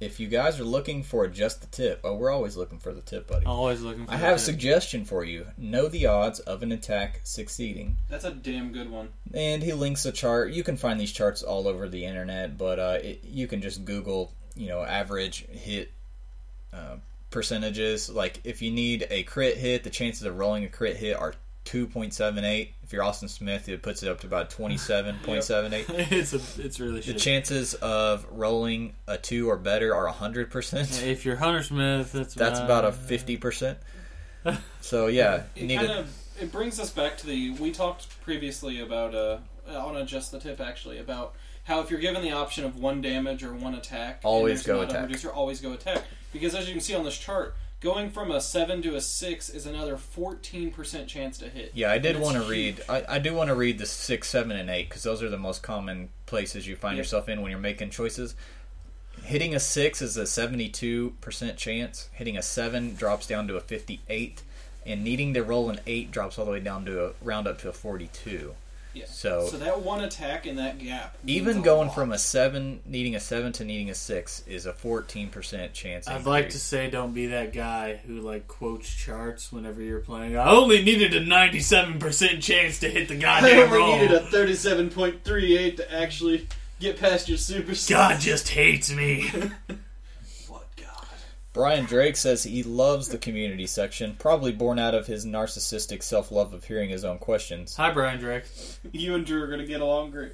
Speaker 2: if you guys are looking for just the tip, oh, we're always looking for the tip, buddy.
Speaker 4: Always looking. for
Speaker 2: I have a
Speaker 4: that.
Speaker 2: suggestion for you. Know the odds of an attack succeeding.
Speaker 3: That's a damn good one.
Speaker 2: And he links a chart. You can find these charts all over the internet, but uh, it, you can just Google, you know, average hit uh, percentages. Like, if you need a crit hit, the chances of rolling a crit hit are 2.78. If you're Austin Smith, it puts it up to about 27.78.
Speaker 4: [LAUGHS] it's a, it's really
Speaker 2: The
Speaker 4: shit.
Speaker 2: chances of rolling a two or better are hundred [LAUGHS] percent.
Speaker 4: if you're Hunter Smith, that's
Speaker 2: That's about a fifty percent. So yeah, you
Speaker 3: [LAUGHS] It
Speaker 2: need
Speaker 3: kind
Speaker 2: to
Speaker 3: of it brings us back to the we talked previously about uh on a just the tip actually about how if you're given the option of one damage or one attack, and
Speaker 2: Always
Speaker 3: there's
Speaker 2: go
Speaker 3: not a
Speaker 2: attack.
Speaker 3: Reducer, always go attack because as you can see on this chart, going from a seven to a six is another fourteen percent chance to hit.
Speaker 2: Yeah, I did
Speaker 3: That's
Speaker 2: want to
Speaker 3: huge.
Speaker 2: read. I, I do want to read the six, seven, and eight because those are the most common places you find
Speaker 3: Yep.
Speaker 2: yourself in when you're making choices. Hitting a six is a seventy-two percent chance. Hitting a seven drops down to a fifty-eight, and needing to roll an eight drops all the way down to a round up to a forty-two.
Speaker 3: Yeah.
Speaker 2: So-
Speaker 3: so that one attack and that gap, means
Speaker 2: Even
Speaker 3: a
Speaker 2: going
Speaker 3: lot.
Speaker 2: from a seven, needing a seven to needing a six is a fourteen percent chance.
Speaker 4: I'd like to
Speaker 2: increase.
Speaker 4: say don't be that guy who like quotes charts whenever you're playing. I only needed a 97% chance
Speaker 3: [LAUGHS]
Speaker 4: to hit the
Speaker 3: I
Speaker 4: goddamn
Speaker 3: only
Speaker 4: roll.
Speaker 3: needed a thirty-seven point three eight to actually get past your super.
Speaker 4: God just hates
Speaker 3: [LAUGHS]
Speaker 4: me.
Speaker 3: What God?
Speaker 2: Brian Drake says he loves the community section, probably born out of his narcissistic self-love of hearing his own questions.
Speaker 4: Hi Brian Drake.
Speaker 3: You and Drew are gonna get along great.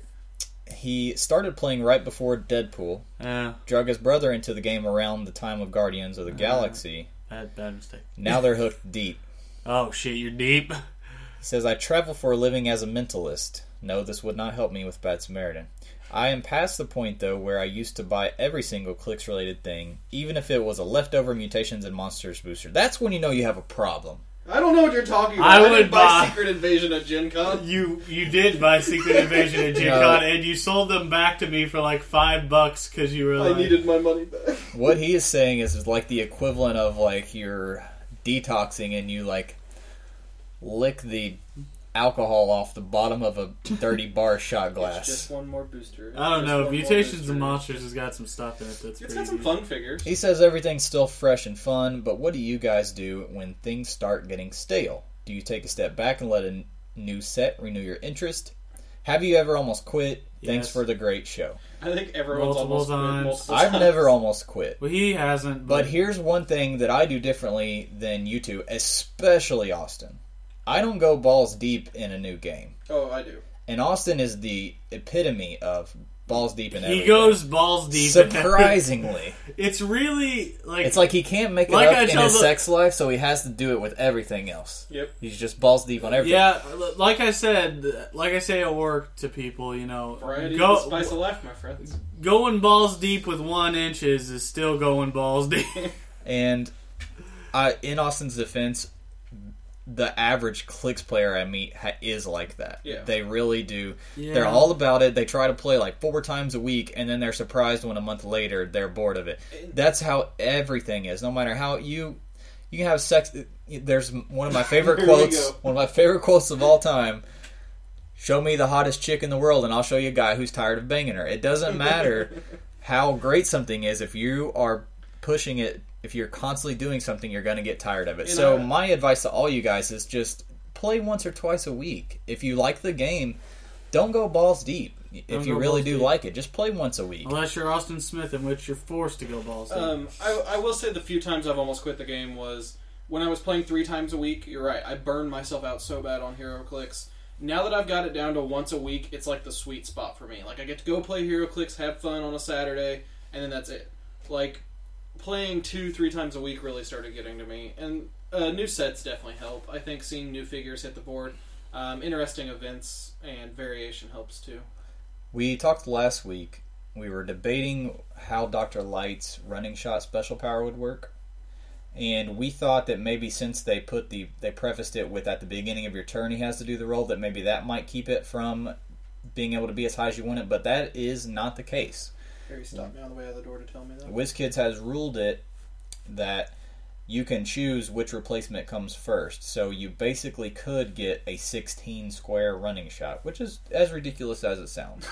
Speaker 2: He started playing right before Deadpool,
Speaker 4: Uh,
Speaker 2: drug his brother into the game around the time of Guardians of the Galaxy.
Speaker 4: bad, bad mistake.
Speaker 2: Now they're hooked deep.
Speaker 4: Oh shit, you're deep.
Speaker 2: He says, I travel for a living as a mentalist. No, this would not help me with Bad Samaritan. I am past the point, though, where I used to buy every single clicks related thing, even if it was a leftover mutations and monsters booster. That's when you know you have a problem.
Speaker 3: I don't know what you're talking about.
Speaker 4: I
Speaker 3: I,
Speaker 4: would
Speaker 3: didn't buy,
Speaker 4: buy-
Speaker 3: Secret Invasion at Gen
Speaker 4: [LAUGHS]
Speaker 3: Con.
Speaker 4: You you did buy Secret
Speaker 3: [LAUGHS]
Speaker 4: Invasion at Gen
Speaker 2: No.
Speaker 4: Con, and you sold them back to me for like five bucks because you were
Speaker 3: I
Speaker 4: like,
Speaker 3: needed my money back.
Speaker 2: What he is saying is, is like the equivalent of like you're detoxing and you like lick the alcohol off the bottom of a dirty bar shot glass.
Speaker 3: It's just one more booster.
Speaker 4: I don't
Speaker 3: Just
Speaker 4: know.
Speaker 3: one more
Speaker 4: Mutations
Speaker 3: booster.
Speaker 4: and Monsters has got some stuff in it
Speaker 3: It's
Speaker 4: that's pretty
Speaker 3: got some
Speaker 4: good.
Speaker 3: fun figures.
Speaker 2: He says everything's still fresh and fun, but what do you guys do when things start getting stale? Do you take a step back and let a n- new set renew your interest? Have you ever almost quit? Thanks
Speaker 4: Yes.
Speaker 2: for the great show.
Speaker 3: I think everyone's
Speaker 4: Multiple
Speaker 3: almost
Speaker 4: times.
Speaker 3: multiple
Speaker 2: I've
Speaker 3: times.
Speaker 2: never almost quit.
Speaker 4: Well, he hasn't,
Speaker 2: But here's one thing that I do differently than you two, especially Austin. I don't go balls deep in a new game.
Speaker 3: Oh, I do.
Speaker 2: And Austin is the epitome of balls deep in
Speaker 4: he
Speaker 2: everything.
Speaker 4: goes balls deep. [LAUGHS] in that.
Speaker 2: surprisingly.
Speaker 4: It's really like
Speaker 2: It's like he can't make it
Speaker 4: Like
Speaker 2: up
Speaker 4: I
Speaker 2: in
Speaker 4: tell
Speaker 2: his
Speaker 4: the-
Speaker 2: sex life, so he has to do it with everything else.
Speaker 3: Yep.
Speaker 2: He's just balls deep on everything.
Speaker 4: yeah, l- like I said, like I say at work to people, you know,
Speaker 3: Variety
Speaker 4: go,
Speaker 3: is the spice of life, my friends.
Speaker 4: going balls deep with one inches is still going balls deep.
Speaker 2: And I, in Austin's defense, the average clicks player I meet ha- is like that.
Speaker 3: Yeah.
Speaker 2: They really do.
Speaker 4: Yeah.
Speaker 2: They're all about it. They try to play like four times a week, and then they're surprised when a month later they're bored of it. That's how everything is. No matter how you you can have sex. There's one
Speaker 3: [LAUGHS]
Speaker 2: of my favorite
Speaker 3: Here we
Speaker 2: quotes.
Speaker 3: go.
Speaker 2: One of my favorite quotes of all time. Show me the hottest chick in the world, and I'll show you a guy who's tired of banging her. It
Speaker 3: [LAUGHS]
Speaker 2: doesn't matter how great something is if you are pushing it. If you're constantly doing something, you're going to get tired of it.
Speaker 3: And
Speaker 2: so
Speaker 3: I-
Speaker 2: my advice to all you guys is just play once or twice a week. If you like the game, don't go balls deep.
Speaker 4: Don't
Speaker 2: if you
Speaker 4: go
Speaker 2: really
Speaker 4: balls
Speaker 2: do
Speaker 4: deep.
Speaker 2: like it, just play once a week.
Speaker 4: Unless you're Austin Smith, in which you're forced to go balls deep.
Speaker 3: Um, I, I will say the few times I've almost quit the game was when I was playing three times a week. You're right. I burned myself out so bad on Hero Clicks. Now that I've got it down to once a week, it's like the sweet spot for me. Like I get to go play Hero Clicks, have fun on a Saturday, and then that's it. Like playing two, three times a week really started getting to me, and uh, new sets definitely help. I think seeing new figures hit the board, um, interesting events and variation helps too.
Speaker 2: We talked last week. We were debating how Dr. Light's running shot special power would work. And we thought that maybe since they put the they prefaced it with at the beginning of your turn he has to do the roll that maybe that might keep it from being able to be as high as you want it, but that is not the case.
Speaker 3: Harry stopped me on the way out the door to tell me that.
Speaker 2: WizKids has ruled it that you can choose which replacement comes first. So you basically could get a 16 square running shot, which is as ridiculous as it sounds.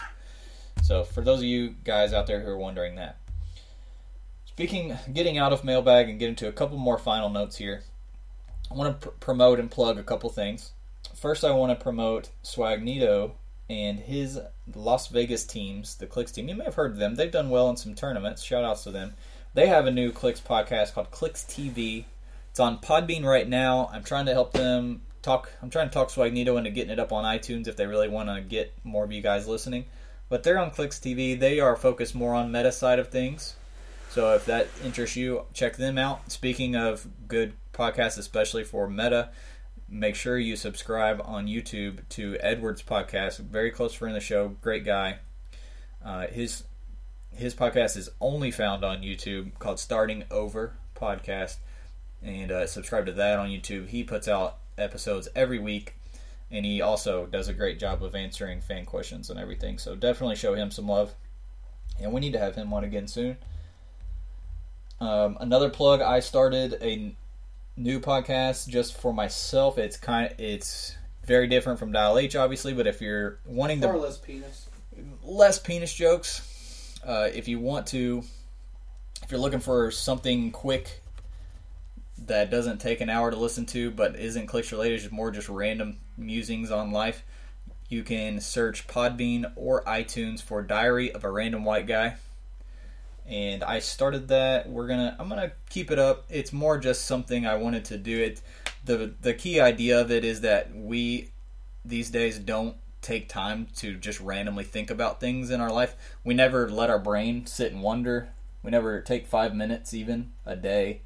Speaker 2: so for those of you guys out there who are wondering that. Speaking, getting out of mailbag and get into a couple more final notes here. I want to pr- promote and plug a couple things. First, I want to promote Swagnito and his Las Vegas teams, the Clicks team. You may have heard of them. They've done well in some tournaments. Shout outs to them. They have a new Clicks podcast called Clicks TV. It's on Podbean right now. I'm trying to help them talk. I'm trying to talk Swagnito into getting it up on iTunes if they really want to get more of you guys listening. But they're on Clicks TV. They are focused more on meta side of things. So if that interests you, check them out. Speaking of good podcasts, especially for meta, Make sure you subscribe on YouTube to Edward's podcast. Very close friend of the show, great guy. Uh, his his podcast is only found on YouTube called Starting Over Podcast, and uh, subscribe to that on YouTube. He puts out episodes every week, and he also does a great job of answering fan questions and everything. So definitely show him some love, and we need to have him on again soon. Um, another plug: I started a n- new podcast just for myself. It's kind it's very different from Dial H, obviously, but if you're wanting to
Speaker 5: Far less penis.
Speaker 2: less penis jokes. Uh, if you want to, if you're looking for something quick that doesn't take an hour to listen to, but isn't clicks related, is more just random musings on life, you can search Podbean or iTunes for Diary of a Random White Guy. And I started that. We're gonna. I'm gonna keep it up. It's more just something I wanted to do. It. The the key idea of it is that we these days don't take time to just randomly think about things in our life. We never let our brain sit and wonder. We never take five minutes even a day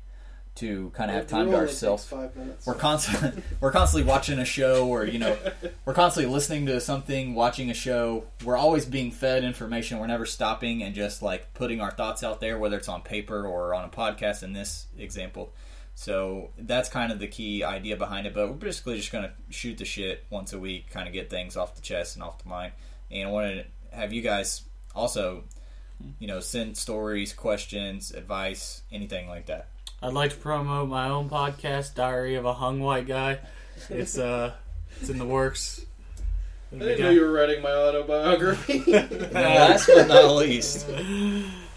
Speaker 2: to kind of have time to ourselves.
Speaker 6: Five minutes.
Speaker 2: We're constantly [LAUGHS] we're constantly watching a show or you know we're constantly listening to something, watching a show. We're always being fed information. We're never stopping and just like putting our thoughts out there, whether it's on paper or on a podcast in this example. So that's kind of the key idea behind it. But we're basically just going to shoot the shit once a week, kind of get things off the chest and off the mind. And I wanted to have you guys also, you know, send stories, questions, advice, anything like that.
Speaker 4: I'd like to promote my own podcast, Diary of a Hung White Guy. It's uh, it's in the works.
Speaker 5: I didn't know you were writing my [LAUGHS] autobiography.
Speaker 2: And last but not least,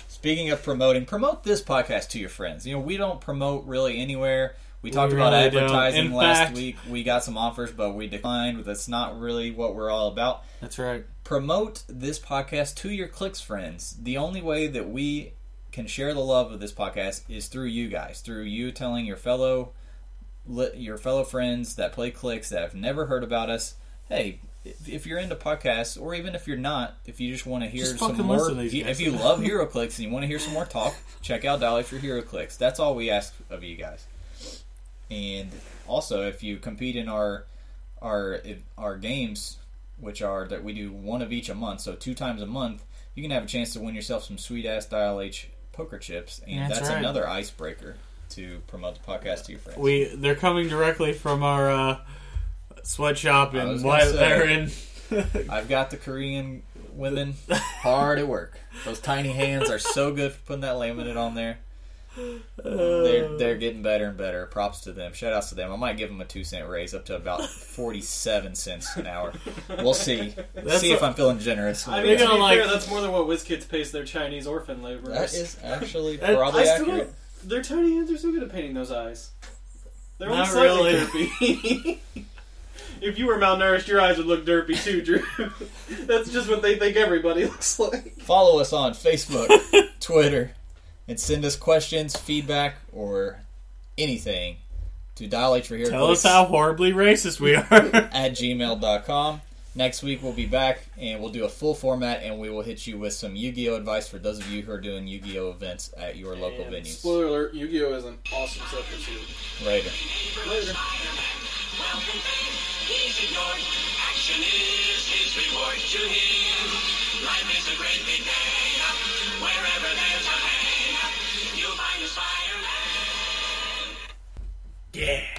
Speaker 2: speaking of promoting, promote this podcast to your friends. You know, we don't promote really anywhere. We talked about
Speaker 4: really don't.
Speaker 2: advertising
Speaker 4: In
Speaker 2: last
Speaker 4: fact-
Speaker 2: week. We got some offers, but we declined. That's not really what we're all about.
Speaker 4: That's right.
Speaker 2: promote this podcast to your clicks friends the only way that we can share the love of this podcast is through you guys through you telling your fellow li- your fellow friends that play clicks that have never heard about us hey if- if you're into podcasts or even if you're not if you just want to hear
Speaker 4: Just
Speaker 2: some
Speaker 4: fucking
Speaker 2: more
Speaker 4: listen to these
Speaker 2: if
Speaker 4: guys.
Speaker 2: you love hero clicks and you want to hear some more talk check out dolly for hero clicks that's all we ask of you guys and also if you compete in our our our games which are that we do one of each a month so two times a month you can have a chance to win yourself some sweet ass dial h poker chips and
Speaker 4: That's
Speaker 2: that's,
Speaker 4: right.
Speaker 2: another icebreaker to promote the podcast to your friends
Speaker 4: We they're coming directly from our uh, sweatshop
Speaker 2: I was gonna
Speaker 4: in White
Speaker 2: say.
Speaker 4: they're in
Speaker 2: i've got the korean women hard at work those tiny hands are so good for putting that laminate on there they're, they're getting better and better. Props to them. Shout outs to them. I might give them a two cent raise up to about forty seven cents an hour. We'll see. see if
Speaker 4: a-
Speaker 2: I'm feeling generous.
Speaker 5: I
Speaker 2: with
Speaker 5: mean,
Speaker 2: it.
Speaker 5: to
Speaker 4: gonna
Speaker 5: be
Speaker 4: like-
Speaker 5: fair, that's more than what WizKids pays their Chinese orphan laborers.
Speaker 2: That is actually
Speaker 4: That-
Speaker 2: probably
Speaker 5: I still
Speaker 2: accurate.
Speaker 5: don't- Their tiny hands are so good at painting those eyes. They're only
Speaker 4: Not
Speaker 5: slightly
Speaker 4: really.
Speaker 5: derpy. [LAUGHS] if you were malnourished, your eyes would look derpy too, Drew. [LAUGHS] That's just what they think everybody [LAUGHS] looks like.
Speaker 2: Follow us
Speaker 5: [LAUGHS]
Speaker 2: on Facebook, Twitter, and send us questions, feedback, or anything to dilate for here
Speaker 4: Tell us how horribly racist we are.
Speaker 2: at gmail.com. Next week we'll be back and we'll do a full format and we will hit you with some Yu-Gi-Oh advice for those of you who are doing Yu-Gi-Oh events at your local
Speaker 5: And
Speaker 2: venues.
Speaker 5: Spoiler alert: Yu-Gi-Oh is an awesome substitute.
Speaker 2: Later.
Speaker 5: Later.
Speaker 1: Welcome fame, he's ignored. Action is his reward to him. Life is a great big day.